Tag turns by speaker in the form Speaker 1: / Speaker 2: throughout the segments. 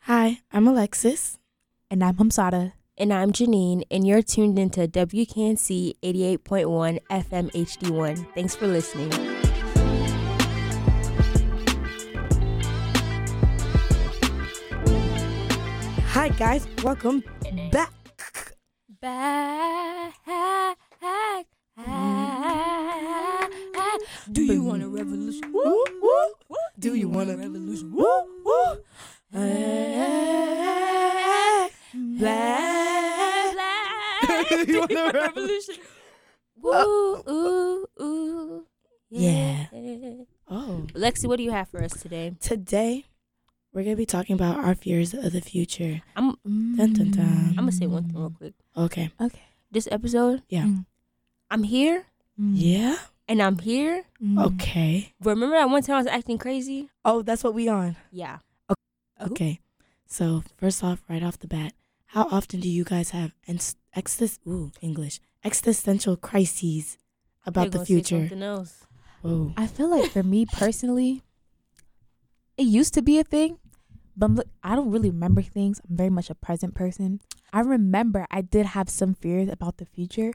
Speaker 1: Hi, I'm Alexis.
Speaker 2: And I'm Hamsada.
Speaker 3: And I'm Janine, and you're tuned into WKNC 88.1 FM HD1. Thanks for listening.
Speaker 1: Hi, guys. Welcome back.
Speaker 3: Back.
Speaker 1: Do you want a revolution? Woo, woo. Do you want a revolution? Woo, woo. Back. Back. You want a revolution?
Speaker 3: Woo, ooh, ooh.
Speaker 1: Yeah. Oh.
Speaker 3: Lexi, what do you have for us today?
Speaker 1: Today, we're going to be talking about our fears of the future.
Speaker 3: I'm
Speaker 1: Dun, dun, dun.
Speaker 3: I'm gonna say one thing real quick.
Speaker 1: Okay.
Speaker 3: This episode,
Speaker 1: Yeah.
Speaker 2: Mm.
Speaker 3: I'm here
Speaker 1: Yeah.
Speaker 3: and I'm here.
Speaker 1: Okay.
Speaker 3: Remember that one time I was acting crazy?
Speaker 1: Oh, that's what we on.
Speaker 3: Yeah. Who?
Speaker 1: Okay. So first off, right off the bat, how often do you guys have ex- exist- ooh, English existential crises
Speaker 3: They
Speaker 1: about the
Speaker 3: gonna say
Speaker 1: future?
Speaker 3: Something else.
Speaker 1: Whoa.
Speaker 2: I feel like for me personally, it used to be a thing, but I'm, look- I don't really remember things. I'm very much a present person. I remember I did have some fears about the future,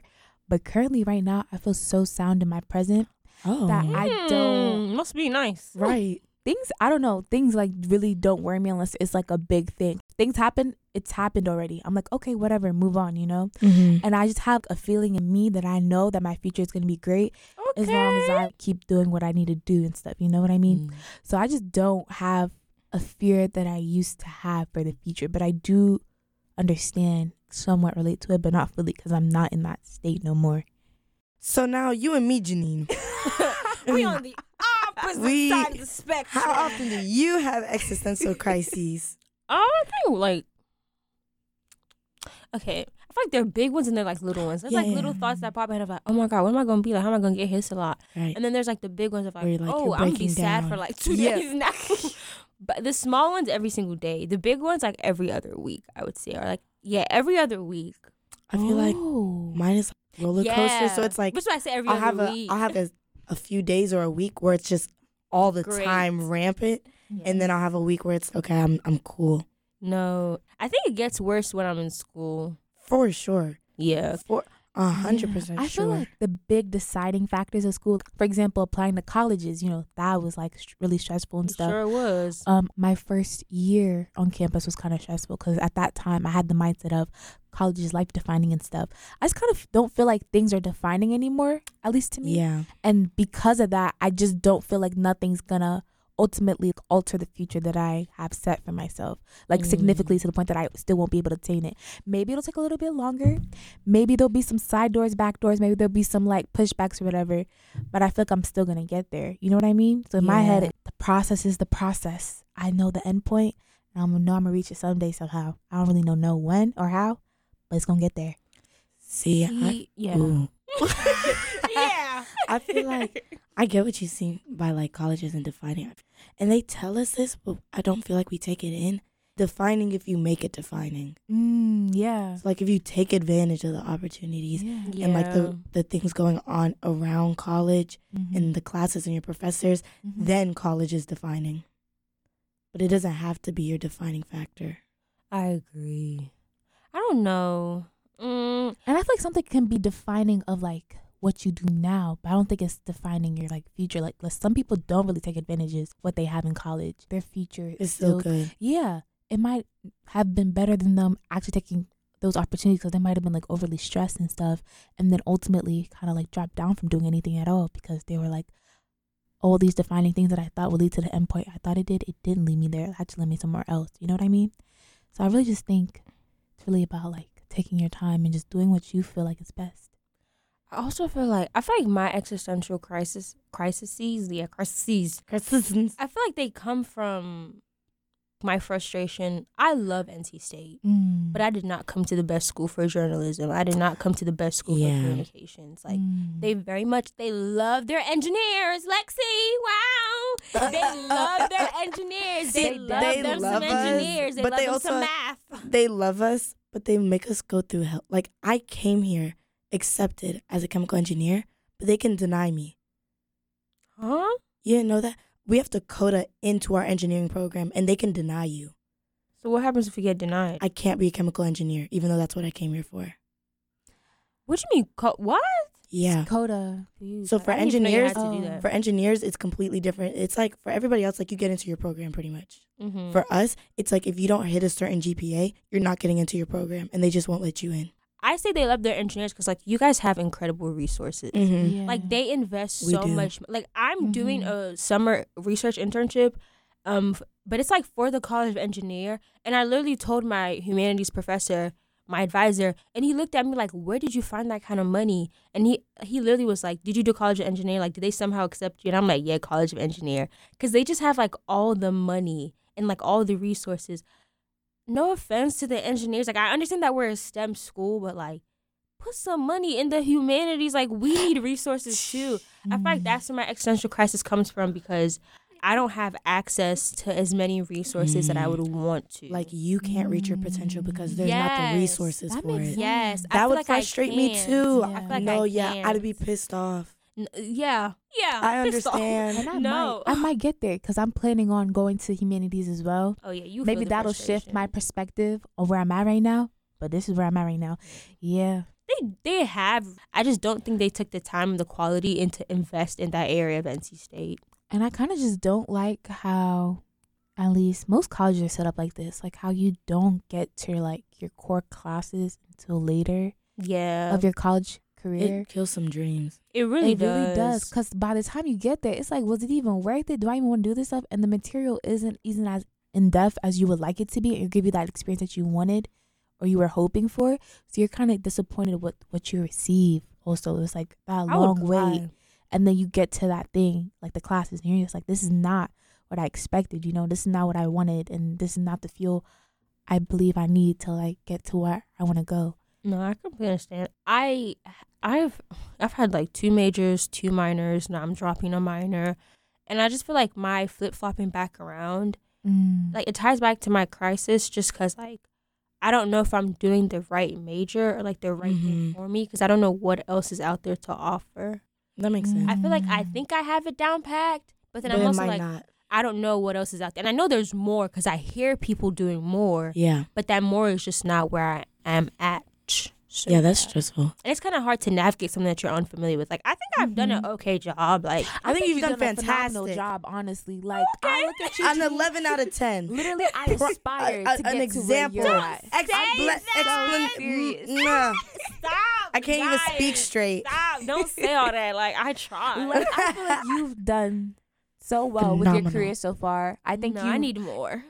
Speaker 2: but currently, right now, I feel so sound in my present.
Speaker 1: Oh.
Speaker 2: That I don't-
Speaker 3: Hmm, Must be nice.
Speaker 1: right.
Speaker 2: Things, I don't know, things like really don't worry me unless it's like a big thing. Things happen, it's happened already. I'm like, okay, whatever, move on, you know?
Speaker 1: Mm-hmm.
Speaker 2: And I just have a feeling in me that I know that my future is going to be great
Speaker 3: Okay.
Speaker 2: as long as I keep doing what I need to do and stuff. You know what I mean? So I just don't have a fear that I used to have for the future, but I do understand, somewhat relate to it, but not fully because I'm not in that state no more.
Speaker 1: So now you and me, Janine.
Speaker 3: we on the opposite
Speaker 1: We-
Speaker 3: side of the spectrum.
Speaker 1: How often do you have existential crises?
Speaker 3: Oh, I think like okay. I feel like they're big ones and they're like little ones. There's like
Speaker 1: Yeah.
Speaker 3: little thoughts that pop in of like, oh my god, what am I gonna be like? How am I gonna get hits a lot?
Speaker 1: Right.
Speaker 3: And then there's like the big ones of
Speaker 1: Where you're
Speaker 3: like,
Speaker 1: like,
Speaker 3: oh,
Speaker 1: you're
Speaker 3: I'm gonna be
Speaker 1: breaking
Speaker 3: sad for
Speaker 1: down.
Speaker 3: like two
Speaker 1: Yeah.
Speaker 3: days now. but the small ones every single day. The big ones like every other week, I would say, or like yeah, every other week.
Speaker 1: I feel like
Speaker 2: like
Speaker 1: mine is like roller coaster,
Speaker 3: Oh. Yeah.
Speaker 1: so it's like
Speaker 3: which is why I say every
Speaker 1: I'll
Speaker 3: other
Speaker 1: have a
Speaker 3: week.
Speaker 1: I'll have a, a few days or a week where it's just all the
Speaker 3: Great.
Speaker 1: time rampant, and then I'll have a week where it's okay. I'm I'm cool
Speaker 3: no, I think it gets worse when I'm in school.
Speaker 1: for sure.
Speaker 3: Yeah,
Speaker 1: For a hundred
Speaker 2: Yeah.
Speaker 1: percent
Speaker 2: I
Speaker 1: sure.
Speaker 2: feel like the big deciding factors of school, for example, applying to colleges, you know, that was like st- really stressful and
Speaker 3: it
Speaker 2: stuff.
Speaker 3: sure was.
Speaker 2: Um, my first year on campus was kind of stressful because at that time I had the mindset of college is life defining and stuff. I just kind of don't feel like things are defining anymore, at least to me.
Speaker 1: yeah,
Speaker 2: And because of that, I just don't feel like nothing's gonna ultimately alter the future that I have set for myself, like
Speaker 3: Mm.
Speaker 2: significantly to the point that I still won't be able to attain it. Maybe it'll take a little bit longer. Maybe there'll be some side doors, back doors. Maybe there'll be some like pushbacks or whatever. But I feel like I'm still gonna get there. You know what I mean? So in my head,
Speaker 1: Yeah.
Speaker 2: it, the process is the process. I know the end point. And I'm gonna know I'm gonna reach it someday somehow. I don't really know know when or how, but it's gonna get there.
Speaker 1: see, I,
Speaker 3: He- yeah.
Speaker 1: ooh.
Speaker 3: yeah.
Speaker 1: I feel like I get what you see by like colleges and defining, and they tell us this, but I don't feel like we take it in. Defining if you make it defining,
Speaker 2: Mm, yeah.
Speaker 1: it's like if you take advantage of the opportunities
Speaker 2: Yeah.
Speaker 1: and like the the things going on around college
Speaker 2: Mm-hmm.
Speaker 1: and the classes and your professors, then college is defining. But it doesn't have to be your defining factor.
Speaker 3: I agree. I don't know. Mm,
Speaker 2: And I feel like something can be defining of like what you do now, but I don't think it's defining your like future. Like, like some people don't really take advantages what they have in college. Their future
Speaker 1: It's still good.
Speaker 2: Yeah, it might have been better than them actually taking those opportunities because they might have been like overly stressed and stuff, and then ultimately kind of like dropped down from doing anything at all because they were like. All these defining things that I thought would lead to the end point, I thought it did. It didn't lead me there. It had to lead me somewhere else. You know what I mean? So I really just think it's really about like taking your time and just doing what you feel like is best.
Speaker 3: I also feel like I feel like my existential crisis crises, yeah, crises.
Speaker 1: Criticisms.
Speaker 3: I feel like they come from my frustration. I love NC State,
Speaker 2: Mm.
Speaker 3: but I did not come to the best school for journalism. I did not come to the best school
Speaker 1: Yeah.
Speaker 3: for communications. Like they very much they love their engineers. Lexi, wow, they love their engineers. They,
Speaker 1: See,
Speaker 3: love
Speaker 1: they
Speaker 3: them
Speaker 1: love
Speaker 3: some
Speaker 1: us,
Speaker 3: engineers. They
Speaker 1: but
Speaker 3: love
Speaker 1: they
Speaker 3: them some
Speaker 1: also-
Speaker 3: math.
Speaker 1: they love us, but they make us go through hell. Like I came here accepted as a chemical engineer, but they can deny me.
Speaker 3: Huh?
Speaker 1: You didn't know that? We have to coda into our engineering program and they can deny you.
Speaker 3: So what happens if you get denied?
Speaker 1: I can't be a chemical engineer, even though that's what I came here for.
Speaker 3: What do you mean? Co- what?
Speaker 1: Yeah.
Speaker 2: Coda.
Speaker 1: So for
Speaker 3: I didn't even know you
Speaker 1: engineers, um,
Speaker 3: had to do
Speaker 2: Oh.
Speaker 3: that.
Speaker 1: for engineers, it's completely different. It's like for everybody else, like you get into your program pretty much.
Speaker 2: Mm.
Speaker 4: Mm-hmm.
Speaker 1: For us, it's like if you don't hit a certain GPA, you're not getting into your program, and they just won't let you in.
Speaker 3: I say they love their engineers because like you guys have incredible resources.
Speaker 1: Mm-hmm.
Speaker 3: Like they invest
Speaker 1: We
Speaker 3: so
Speaker 1: do.
Speaker 3: much. Like I'm doing
Speaker 2: Mhm.
Speaker 3: a summer research internship, um, f- but it's like for the College of Engineer, and I literally told my humanities professor, my advisor, and he looked at me like, "Where did you find that kind of money?" And he he literally was like, "Did you do College of Engineer? Like, did they somehow accept you?" And I'm like, "Yeah, College of Engineer," because they just have like all the money and like all the resources. No offense to the engineers, like I understand that we're a STEM school, but like. Put some money in the humanities. Like we need resources too. I feel like that's where my existential crisis comes from because I don't have access to as many resources that I would want to.
Speaker 1: Mm. Like you can't reach your potential because there's not
Speaker 4: Yes.
Speaker 1: the resources
Speaker 2: That
Speaker 1: for
Speaker 2: makes
Speaker 1: it.
Speaker 2: sense.
Speaker 3: Mm.
Speaker 4: Yes, I
Speaker 1: That
Speaker 4: feel
Speaker 1: would
Speaker 4: like I
Speaker 1: frustrate me
Speaker 4: can't.
Speaker 1: too.
Speaker 2: Yeah. I feel
Speaker 1: I
Speaker 2: like
Speaker 1: no,
Speaker 4: I
Speaker 1: yeah, I'd
Speaker 4: can't.
Speaker 1: be pissed off.
Speaker 3: N- yeah, yeah.
Speaker 1: I
Speaker 3: pissed off.
Speaker 1: understand.
Speaker 2: And I
Speaker 3: No.
Speaker 2: might, I might get there because I'm planning on going to humanities as well.
Speaker 3: Oh yeah, you.
Speaker 2: Maybe
Speaker 3: feel the
Speaker 2: that'll shift my
Speaker 3: frustration.
Speaker 2: perspective of where I'm at right now. But this is where I'm at right now. Yeah.
Speaker 3: They they have. I just don't think they took the time and the quality and to invest in that area of NC State.
Speaker 2: And I kind of just don't like how, at least most colleges are set up like this, like how you don't get to like your core classes until later
Speaker 3: Yeah,
Speaker 2: of your college career.
Speaker 1: It kills some dreams.
Speaker 3: it really
Speaker 2: it
Speaker 3: does.
Speaker 2: really does because by the time you get there it's like was it even worth it do i even want to do this stuff and the material isn't isn't as in-depth as you would like it to be and give you that experience that you wanted or you were hoping for so you're kind of disappointed with what you receive also it's like that
Speaker 3: I would
Speaker 2: long wait
Speaker 3: cry.
Speaker 2: and then you get to that thing like the classes and you're just like this is not what i expected you know this is not what i wanted and this is not the fuel i believe i need to like get to where i want to go
Speaker 3: No, I completely understand. I I've I've had like two majors, two minors. Now I'm dropping a minor, and I just feel like my flip flopping back around
Speaker 2: Mm.
Speaker 3: like it ties back to my crisis just because like i don't know if i'm doing the right major or like the right thing
Speaker 1: Mhm.
Speaker 3: for me because i don't know what else is out there to offer
Speaker 1: That makes sense.
Speaker 3: i feel like i
Speaker 2: Mm.
Speaker 3: think i have it down packed but then
Speaker 1: but
Speaker 3: i'm
Speaker 1: it
Speaker 3: also
Speaker 1: might
Speaker 3: like
Speaker 1: not.
Speaker 3: i don't know what else is out there and i know there's more because i hear people doing more
Speaker 1: Yeah.
Speaker 3: but that more is just not where i am at so
Speaker 1: Yeah, that's stressful.
Speaker 3: and it's kind of hard to navigate something that you're unfamiliar with like i think i've done an
Speaker 1: Mm-hmm.
Speaker 2: Mhm.
Speaker 3: okay job like
Speaker 1: I think you've done
Speaker 2: a phenomenal
Speaker 1: fantastic.
Speaker 2: job, honestly. Like I look at you,
Speaker 1: An
Speaker 2: Drew,
Speaker 1: 11 out of 10.
Speaker 2: Literally, I aspire
Speaker 1: A- a-
Speaker 2: to
Speaker 1: an
Speaker 2: get
Speaker 1: example.
Speaker 2: to where you're at.
Speaker 1: Ex-
Speaker 4: Say
Speaker 1: ble-
Speaker 4: that.
Speaker 1: explan-
Speaker 2: Serious.
Speaker 1: Mm, nah.
Speaker 4: Stop.
Speaker 1: I can't even
Speaker 4: guys.
Speaker 1: speak straight.
Speaker 4: Stop. Don't say all that. Like I tried.
Speaker 2: Like, I feel like you've done so well with your
Speaker 1: Phenomenal.
Speaker 2: career so far. I think
Speaker 3: no,
Speaker 2: you,
Speaker 3: I need more.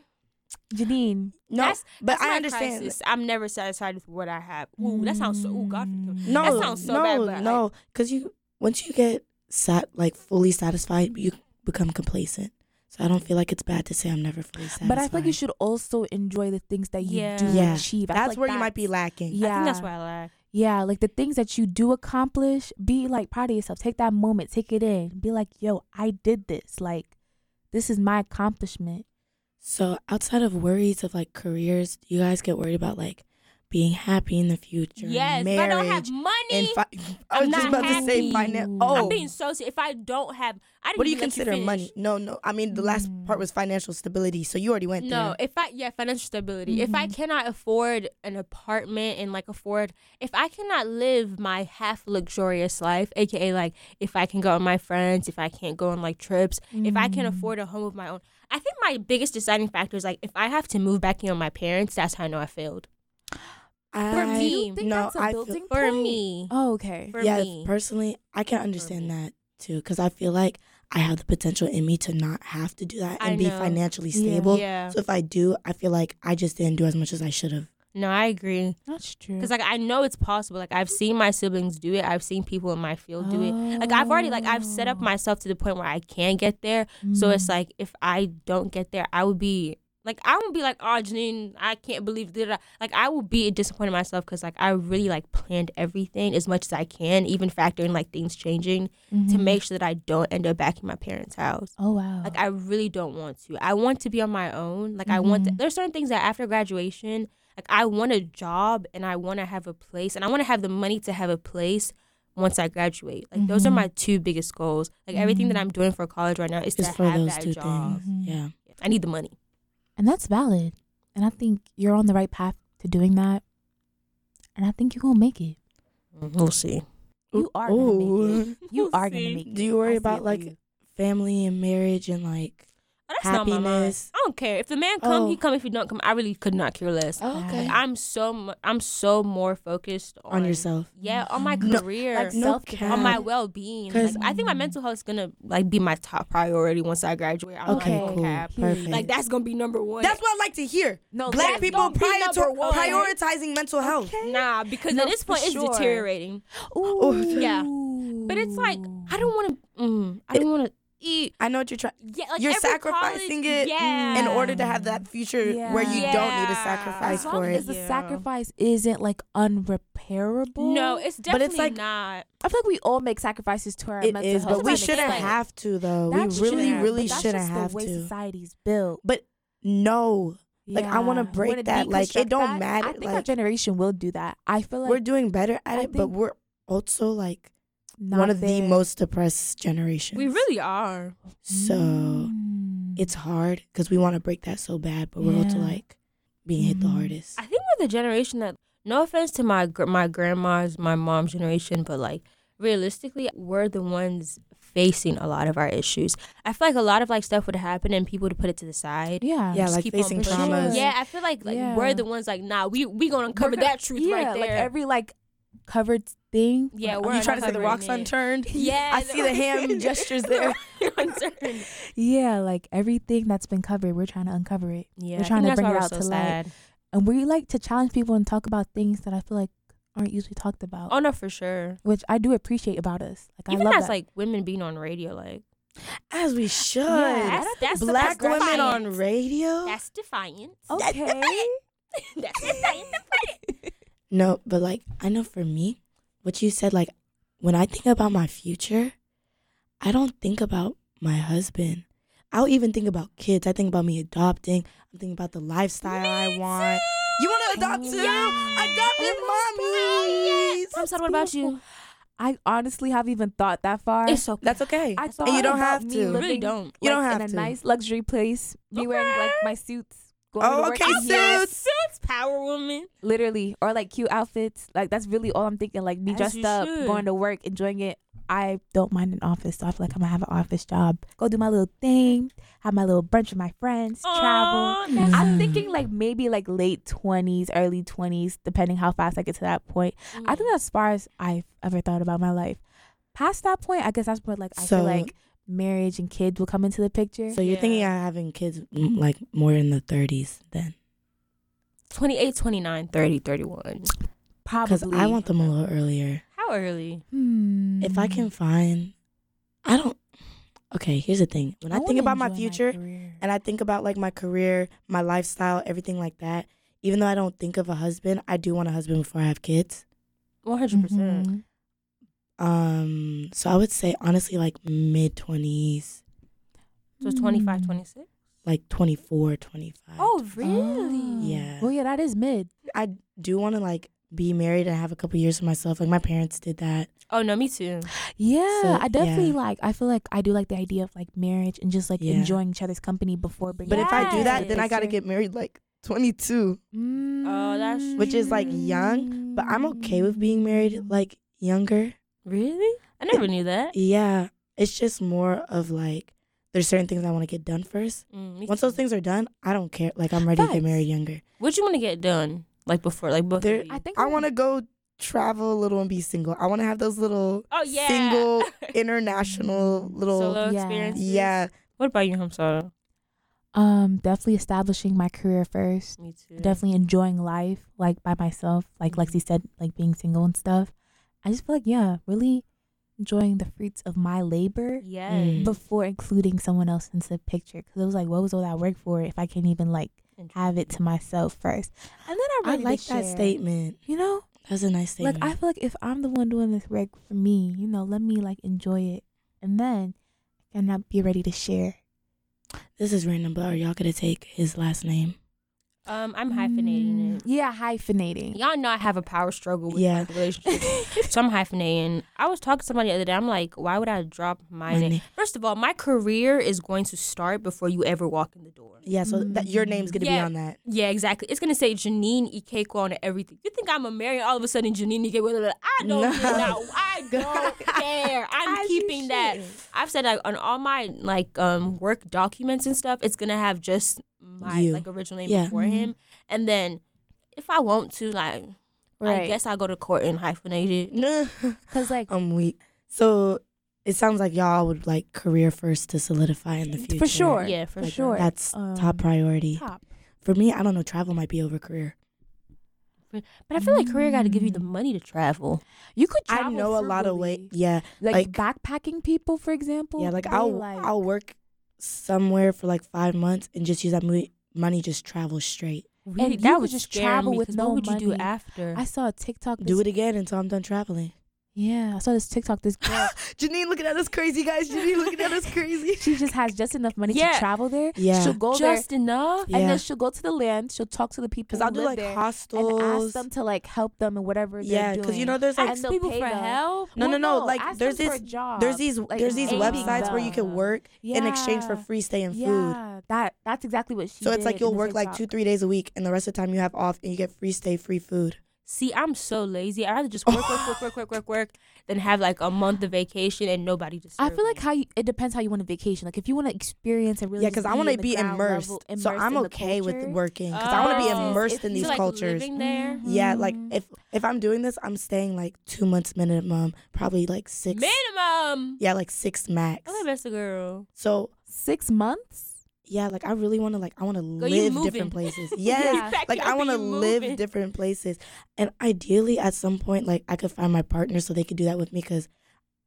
Speaker 2: Janine.
Speaker 1: No,
Speaker 3: That's-
Speaker 1: but
Speaker 3: That's my
Speaker 1: I understand.
Speaker 3: crisis. I'm never satisfied with what I have. Ooh, that sounds so. Ooh, God. forgive me.
Speaker 1: No,
Speaker 3: that sounds so
Speaker 1: no,
Speaker 3: bad, but,
Speaker 1: no, because you once you get sat like fully satisfied, you become complacent. So I don't feel like it's bad to say I'm never fully satisfied.
Speaker 2: But I feel like you should also enjoy the things that you do
Speaker 3: Yeah.
Speaker 1: Yeah.
Speaker 2: achieve. I feel
Speaker 1: That's
Speaker 2: like
Speaker 1: where you might be
Speaker 2: that's-
Speaker 1: lacking.
Speaker 2: Yeah,
Speaker 3: I think that's why I lack.
Speaker 2: yeah. Like the things that you do accomplish, be like proud of yourself. Take that moment, take it in. Be like, yo, I did this. Like, this is my accomplishment.
Speaker 1: So outside of worries of like careers, do you guys get worried about like being happy in the future. and
Speaker 3: Yes, if
Speaker 1: marriage,
Speaker 3: I don't have
Speaker 1: and
Speaker 3: money,
Speaker 1: fi- I
Speaker 3: I'm
Speaker 1: was just
Speaker 3: not
Speaker 1: about to say
Speaker 3: happy.
Speaker 1: financial.
Speaker 2: I'm
Speaker 1: Oh,
Speaker 3: I'm being so. se- If I don't have, I didn't
Speaker 1: what do you
Speaker 3: even let
Speaker 1: consider
Speaker 3: finish.
Speaker 1: money? No, no. I mean, the last
Speaker 2: Mm.
Speaker 1: part was financial stability. So you already went
Speaker 3: No,
Speaker 1: there.
Speaker 3: if I yeah, financial stability. If I
Speaker 1: Mm-hmm.
Speaker 2: Mhm.
Speaker 3: cannot afford an apartment and like afford, if I cannot live my half luxurious life, aka like if I can go on my friends, if I can't go on like trips, if I can
Speaker 2: Mm.
Speaker 3: afford a home of my own, I think my biggest deciding factor is like if I have to move back in on my parents, that's how I know I failed.
Speaker 1: I,
Speaker 3: me, Do you
Speaker 2: think
Speaker 1: no,
Speaker 2: that's a
Speaker 1: I feel-
Speaker 2: building
Speaker 3: For
Speaker 2: point?
Speaker 3: me,
Speaker 2: Oh, okay.
Speaker 3: for
Speaker 1: yeah,
Speaker 3: me,
Speaker 1: personally, I can
Speaker 3: me.
Speaker 1: understand that too because I feel like I have the potential in me to not have to do that
Speaker 3: I
Speaker 1: and be
Speaker 3: know.
Speaker 1: financially
Speaker 2: Yeah.
Speaker 1: stable.
Speaker 3: yeah.
Speaker 1: So if I do, I feel like I just didn't do as much as I should have.
Speaker 3: No, I agree.
Speaker 2: That's true.
Speaker 3: Cause like I know it's possible. Like I've seen my siblings do it. I've seen people in my field do it. Like I've already like I've set up
Speaker 2: Oh.
Speaker 3: myself to the point where I can get there. So it's
Speaker 2: Mm.
Speaker 3: like if I don't get there, I would be like I would be like, oh Janine, I can't believe that. Like I would be disappointed in myself because like I really like planned everything as much as I can, even factoring like things changing to
Speaker 2: Mhm.
Speaker 3: make sure that I don't end up back in my parents' house.
Speaker 2: Oh wow.
Speaker 3: Like I really don't want to. I want to be on my own. Like I want. To,
Speaker 1: Mm-hmm.
Speaker 2: Mhm.
Speaker 3: there's certain things that after graduation, like I want a job and I want to have a place and I want to have the money to have a place once I graduate. Like those are
Speaker 1: Mm-hmm.
Speaker 2: Mhm.
Speaker 3: my two biggest goals. Like everything that
Speaker 2: Mhm.
Speaker 3: I'm doing for college right now is
Speaker 1: It's
Speaker 3: to
Speaker 1: for
Speaker 3: have
Speaker 1: those
Speaker 3: that
Speaker 1: two
Speaker 3: job.
Speaker 1: things.
Speaker 2: Mhm.
Speaker 1: Yeah.
Speaker 3: I need the money.
Speaker 2: and that's valid. And I think you're on the right path to doing that. And I think you're going to make it.
Speaker 1: Mm-hmm.
Speaker 3: We'll see.
Speaker 2: You are going to make it. You are going to
Speaker 3: See,
Speaker 2: make it.
Speaker 1: do you worry
Speaker 2: I see
Speaker 1: about,
Speaker 2: it for
Speaker 1: like,
Speaker 2: you.
Speaker 1: Family and marriage and like
Speaker 3: Oh, that's not my mind.
Speaker 1: Happiness.
Speaker 3: I don't care if the man come,
Speaker 1: Oh.
Speaker 3: he come. If he don't come, I really could not care less.
Speaker 2: Oh, okay.
Speaker 1: okay
Speaker 2: Yeah.
Speaker 3: I'm so mu- I'm so more focused on,
Speaker 1: on yourself.
Speaker 3: Yeah, on my
Speaker 1: No,
Speaker 3: career,
Speaker 2: like
Speaker 1: No
Speaker 2: self-care.
Speaker 3: on
Speaker 1: cap.
Speaker 3: my well being.
Speaker 1: Um, 'Cause-
Speaker 3: Like, I think my mental health is gonna like be my top priority once I graduate. I'm
Speaker 1: Okay,
Speaker 3: like,
Speaker 1: cool,
Speaker 3: cap.
Speaker 1: perfect.
Speaker 3: Like that's gonna be number one.
Speaker 1: That's what I like to hear.
Speaker 2: No,
Speaker 1: Black
Speaker 2: that's
Speaker 1: people
Speaker 2: gonna be
Speaker 1: prior
Speaker 2: number one.
Speaker 1: prioritizing mental health.
Speaker 3: nah, because
Speaker 2: No,
Speaker 3: at this
Speaker 2: for
Speaker 3: point
Speaker 2: sure.
Speaker 3: it's deteriorating.
Speaker 1: oh.
Speaker 2: Ooh.
Speaker 3: Yeah. But it's like I don't want to. Mm, I don't want to eat.
Speaker 1: I know what you're trying.
Speaker 3: Yeah, like
Speaker 1: You're
Speaker 3: every
Speaker 1: sacrificing it
Speaker 3: college- yeah.
Speaker 1: in order to have that future where you don't need to
Speaker 3: Yeah.
Speaker 1: sacrifice
Speaker 2: As long
Speaker 1: for it.
Speaker 2: as the
Speaker 3: Yeah.
Speaker 2: sacrifice isn't like unrepairable.
Speaker 3: No, it's
Speaker 1: But
Speaker 3: definitely
Speaker 1: it's like-
Speaker 3: not.
Speaker 2: I feel like we all make sacrifices to our
Speaker 1: It
Speaker 2: mental
Speaker 1: is,
Speaker 2: health.
Speaker 1: but we
Speaker 2: to an
Speaker 1: shouldn't
Speaker 2: extent.
Speaker 1: have to though.
Speaker 2: That's
Speaker 1: we really,
Speaker 2: true,
Speaker 1: really
Speaker 2: but that's
Speaker 1: shouldn't
Speaker 2: just
Speaker 1: have
Speaker 2: the way
Speaker 1: to.
Speaker 2: Society's built.
Speaker 1: No, Like, I wanna
Speaker 2: Yeah.
Speaker 1: break
Speaker 2: Wanna
Speaker 1: that, like, it
Speaker 2: deconstruct
Speaker 1: don't
Speaker 2: that?
Speaker 1: matter,
Speaker 2: I think our
Speaker 1: like-
Speaker 2: generation will do that. I feel like
Speaker 1: we're doing better at
Speaker 2: I
Speaker 1: it, but
Speaker 2: think-
Speaker 1: we're also like
Speaker 2: not
Speaker 1: one of the
Speaker 2: there.
Speaker 1: most depressed generations.
Speaker 3: We really are.
Speaker 1: so
Speaker 2: Mm.
Speaker 1: it's hard because we want to break that so bad, but we're also
Speaker 2: Yeah.
Speaker 1: like being hit the
Speaker 2: Mhm.
Speaker 1: hardest.
Speaker 3: Mm-hmm. I think we're the generation that. No offense to my gr- my grandma's, my mom's generation, but like realistically, we're the ones facing a lot of our issues. I feel like a lot of like stuff would happen and people would put it to the side.
Speaker 2: yeah.
Speaker 1: yeah,
Speaker 3: just
Speaker 1: like
Speaker 3: keep on
Speaker 1: facing
Speaker 2: pushing.
Speaker 1: traumas.
Speaker 3: Yeah, I feel like like
Speaker 2: Yeah.
Speaker 3: we're the ones like nah, we we gonna
Speaker 2: We're
Speaker 3: uncover
Speaker 2: gonna-
Speaker 3: that truth
Speaker 2: yeah,
Speaker 3: right there.
Speaker 2: Like every like covered thing.
Speaker 3: yeah,
Speaker 1: Are
Speaker 3: we're
Speaker 1: you trying to say the
Speaker 3: uncovering
Speaker 1: rocks
Speaker 3: it.
Speaker 1: unturned?
Speaker 3: Yeah,
Speaker 1: I see the hand gestures there.
Speaker 3: unturned.
Speaker 2: Yeah, like everything that's been covered, we're trying to uncover it.
Speaker 3: Yeah,
Speaker 2: We're
Speaker 3: I
Speaker 2: trying
Speaker 3: think
Speaker 2: to
Speaker 3: that's
Speaker 2: bring
Speaker 3: why
Speaker 2: it
Speaker 3: we're
Speaker 2: out
Speaker 3: so
Speaker 2: to light.
Speaker 3: sad.
Speaker 2: And we like to challenge people and talk about things that I feel like aren't usually talked about.
Speaker 3: Oh no, for sure.
Speaker 2: which I do appreciate about us. Like
Speaker 3: Even
Speaker 2: I love
Speaker 3: that's
Speaker 2: that.
Speaker 3: like women being on radio, like
Speaker 1: As we should.
Speaker 2: Yeah.
Speaker 3: that's that's
Speaker 1: Black
Speaker 3: that's
Speaker 1: women
Speaker 3: defiant.
Speaker 1: on radio.
Speaker 3: That's defiant.
Speaker 2: Oh, okay.
Speaker 3: that's defiant.
Speaker 1: No, but like I know for me, what you said, like when I think about my future, I don't think about my husband. I'll even think about kids. I think about me adopting. I'm thinking about the lifestyle I want. You want to adopt too? Adopt with
Speaker 2: Oh
Speaker 1: mommies.
Speaker 3: I'm sorry. What about you?
Speaker 2: I honestly have even thought that far.
Speaker 3: It's okay.
Speaker 1: That's okay.
Speaker 2: I thought
Speaker 1: and you don't
Speaker 2: about
Speaker 1: have
Speaker 2: me
Speaker 1: to.
Speaker 3: You really
Speaker 2: living,
Speaker 3: don't.
Speaker 1: You don't
Speaker 2: like, in
Speaker 1: have
Speaker 2: a
Speaker 1: to.
Speaker 2: nice luxury place. Be wearing like my suits. Going to
Speaker 1: oh,
Speaker 2: work
Speaker 1: okay,
Speaker 2: in heels,
Speaker 1: suits.
Speaker 3: That's power woman.
Speaker 2: Literally, or like cute outfits. Like that's really all I'm thinking. Like be
Speaker 3: As
Speaker 2: dressed
Speaker 3: you
Speaker 2: up,
Speaker 3: should.
Speaker 2: going to work, enjoying it. I don't mind an office. So I feel like I'm gonna have an office job. Go do my little thing. Have my little brunch with my friends. Travel.
Speaker 3: Aw, Oh, that's-
Speaker 2: I'm thinking like maybe like late twenties, early twenties, depending how fast I get to that point. I think that's as far as I've ever thought about my life. Past that point, I guess that's where like I
Speaker 1: So-
Speaker 2: feel like marriage and kids will come into the picture.
Speaker 1: So you're thinking of having kids mm, like more in the 30s then?
Speaker 3: 28, 29, 30, 31.
Speaker 1: Because
Speaker 2: Probably.
Speaker 1: I want them a little earlier.
Speaker 3: How early?
Speaker 2: Hmm.
Speaker 1: If I can find, I don't. Okay, here's the thing. When I think
Speaker 2: wanna
Speaker 1: about my
Speaker 2: enjoy
Speaker 1: future,
Speaker 2: career.
Speaker 1: and I think about like my career, my lifestyle, everything like that. Even though I don't think of a husband, I do want a husband before I have kids.
Speaker 3: 100%. percent
Speaker 2: Mhm.
Speaker 1: Um, so I would say honestly like mid 20s,
Speaker 3: So 25,
Speaker 2: Hmm.
Speaker 3: 26?
Speaker 1: like 24, 25.
Speaker 3: Mm. Oh,
Speaker 2: Oh.
Speaker 3: really?
Speaker 1: Yeah.
Speaker 2: Well, yeah, that is mid.
Speaker 1: I do want to like be married and have a couple years to myself. Like my parents did that.
Speaker 3: Oh, no, me too.
Speaker 2: Yeah,
Speaker 1: So,
Speaker 2: I definitely
Speaker 1: yeah.
Speaker 2: like. I feel like I do like the idea of like marriage and just like
Speaker 1: Yeah.
Speaker 2: enjoying each other's company before bringing.
Speaker 1: But if I do that,
Speaker 3: Yes.
Speaker 1: then I got to get married like 22.
Speaker 2: Oh,
Speaker 3: that's
Speaker 1: Which is, like, young, But I'm okay
Speaker 3: Mm.
Speaker 1: with being married like younger.
Speaker 3: Really? I never knew that.
Speaker 1: Yeah. It's just more of like there's certain things I want to get done first.
Speaker 3: Mm, me
Speaker 1: Once
Speaker 3: too.
Speaker 1: those things are done, I don't care. Like I'm ready to
Speaker 2: Facts.
Speaker 1: get married younger.
Speaker 3: What you want to get done? Like before, like both.
Speaker 1: There-
Speaker 3: of you.
Speaker 2: I think
Speaker 1: I want to go travel a little and be single. I want to have those little
Speaker 3: Oh yeah.
Speaker 1: single international little
Speaker 3: solo
Speaker 2: Yeah.
Speaker 3: experiences.
Speaker 1: yeah.
Speaker 3: What about you, Hamsara?
Speaker 2: um definitely establishing my career first.
Speaker 3: Me too.
Speaker 2: definitely enjoying life like by myself like
Speaker 3: Mhm.
Speaker 2: lexi said like being single and stuff i just feel like yeah really enjoying the fruits of my labor
Speaker 3: Yeah.
Speaker 1: Mm.
Speaker 2: before including someone else into the picture because it was like what was all that work for if i can't even like
Speaker 3: Mm.
Speaker 2: have it to myself first and then i,
Speaker 1: I
Speaker 2: really
Speaker 1: like that statement.
Speaker 2: you know
Speaker 1: That's a nice
Speaker 2: like
Speaker 1: statement.
Speaker 2: i feel like if i'm the one doing this work for me you know let me like enjoy it and then i cannot be ready to share
Speaker 1: this is random, but are y'all gonna take his last name?
Speaker 3: Um, I'm hyphenating it.
Speaker 2: Mm-hmm. Yeah, hyphenating.
Speaker 3: Y'all know I have a power struggle with
Speaker 1: Yeah.
Speaker 3: like, relationships. so I'm hyphenating. I was talking to somebody the other day. I'm like, why would I drop my,
Speaker 1: My
Speaker 3: name?
Speaker 1: name.
Speaker 3: First of all, my career is going to start before you ever walk in the door.
Speaker 1: Yeah, so that your name's gonna be
Speaker 3: Yeah.
Speaker 1: on that.
Speaker 3: Yeah, exactly. It's gonna say Janine Ikeko on everything. You think I'm a Mary? All of a sudden, Janine Ikeko. blah, blah, blah. I don't
Speaker 1: No.
Speaker 3: give no. I don't care. I'm
Speaker 1: As you
Speaker 3: keeping that.
Speaker 1: should.
Speaker 3: I've said like on all my like um work documents and stuff. It's gonna have just my
Speaker 1: You.
Speaker 3: like original name
Speaker 1: Yeah. Mm-hmm.
Speaker 3: before him, and then if I want to, like I guess I go to court and hyphenate it.
Speaker 2: Because like
Speaker 1: I'm weak. So it sounds like y'all would like career first to solidify in the future.
Speaker 2: for sure,
Speaker 3: Yeah, for
Speaker 2: Like,
Speaker 3: sure.
Speaker 1: That's
Speaker 2: Um,
Speaker 1: top priority.
Speaker 2: top.
Speaker 1: For me, I don't know, travel might be over career.
Speaker 3: But I feel like career got to give you the money to travel.
Speaker 2: You could. Travel
Speaker 1: I know a lot of
Speaker 2: frugally.
Speaker 1: way. Yeah.
Speaker 2: Like,
Speaker 1: like-
Speaker 2: backpacking people, for example.
Speaker 1: Yeah, like
Speaker 2: they,
Speaker 1: I'll
Speaker 2: like-
Speaker 1: I'll work somewhere for like 5 months and just use that mo- money just travel straight.
Speaker 3: Really,
Speaker 2: you
Speaker 3: that
Speaker 2: could
Speaker 3: would
Speaker 2: just
Speaker 3: scare
Speaker 2: travel
Speaker 3: me,
Speaker 2: with
Speaker 3: 'cause
Speaker 2: no
Speaker 3: What would you do
Speaker 2: money.
Speaker 3: after?
Speaker 2: I saw a TikTok.
Speaker 1: Do
Speaker 2: this-
Speaker 1: it again until I'm done traveling.
Speaker 2: Yeah, I saw this TikTok. This girl,
Speaker 1: Janine looking at us crazy, guys. Janine looking at us crazy.
Speaker 2: she just has just enough money to
Speaker 3: Yeah.
Speaker 2: travel there.
Speaker 1: Yeah.
Speaker 2: she'll go there,
Speaker 3: just enough.
Speaker 1: Yeah.
Speaker 2: and then she'll go to the land. She'll talk to the people.
Speaker 1: Cuz I'll
Speaker 2: who
Speaker 1: do
Speaker 2: live
Speaker 1: like
Speaker 2: there and ask
Speaker 1: hostels.
Speaker 2: them to like help them and whatever.
Speaker 1: Yeah,
Speaker 2: because
Speaker 1: cuz you know there's like
Speaker 2: And
Speaker 3: Ask
Speaker 2: they'll
Speaker 3: people
Speaker 2: pay
Speaker 3: for
Speaker 2: them.
Speaker 3: help.
Speaker 1: No, no, no.
Speaker 2: Well,
Speaker 1: Like
Speaker 2: ask
Speaker 1: there's
Speaker 2: them for
Speaker 1: this,
Speaker 2: a job,
Speaker 1: there's these,
Speaker 2: like,
Speaker 1: there's these
Speaker 2: aid
Speaker 1: websites where you
Speaker 2: them.
Speaker 1: can work in exchange for
Speaker 2: Yeah.
Speaker 1: free stay and food.
Speaker 2: Yeah, that that's exactly what she.
Speaker 1: So it's like
Speaker 2: did
Speaker 1: you'll
Speaker 2: in the
Speaker 1: work like two,
Speaker 2: TikTok.
Speaker 1: three days a week, and the rest of the time you have off, and you get free stay, free food.
Speaker 3: See, I'm so lazy. I'd rather just work, work, work, work, work, work, work, than have like a month of vacation and nobody just.
Speaker 2: I feel like how you, it depends how you want to vacation. Like if you want to experience and really,
Speaker 1: yeah,
Speaker 2: because
Speaker 1: because I want to be immersed.
Speaker 2: Level,
Speaker 1: So
Speaker 2: immersed
Speaker 1: I'm
Speaker 2: in the
Speaker 1: okay with
Speaker 2: culture.
Speaker 1: working because I want to be
Speaker 3: Oh.
Speaker 1: immersed
Speaker 2: If
Speaker 1: in
Speaker 2: you
Speaker 1: these
Speaker 3: like
Speaker 1: cultures.
Speaker 3: living there.
Speaker 1: Yeah, like
Speaker 2: Mhm.
Speaker 1: if if I'm doing this, I'm staying like two months minimum, probably like six.
Speaker 3: Minimum.
Speaker 1: Yeah, like six max.
Speaker 3: I'm the best girl.
Speaker 1: So
Speaker 2: six months.
Speaker 1: yeah, like I really want to like I want to
Speaker 3: Girl, you
Speaker 1: live different
Speaker 3: moving.
Speaker 1: places. Yes,
Speaker 2: Yeah.
Speaker 1: like I want to live
Speaker 3: different.
Speaker 1: different places, and ideally at some point, like I could find my partner so they could do that with me. Because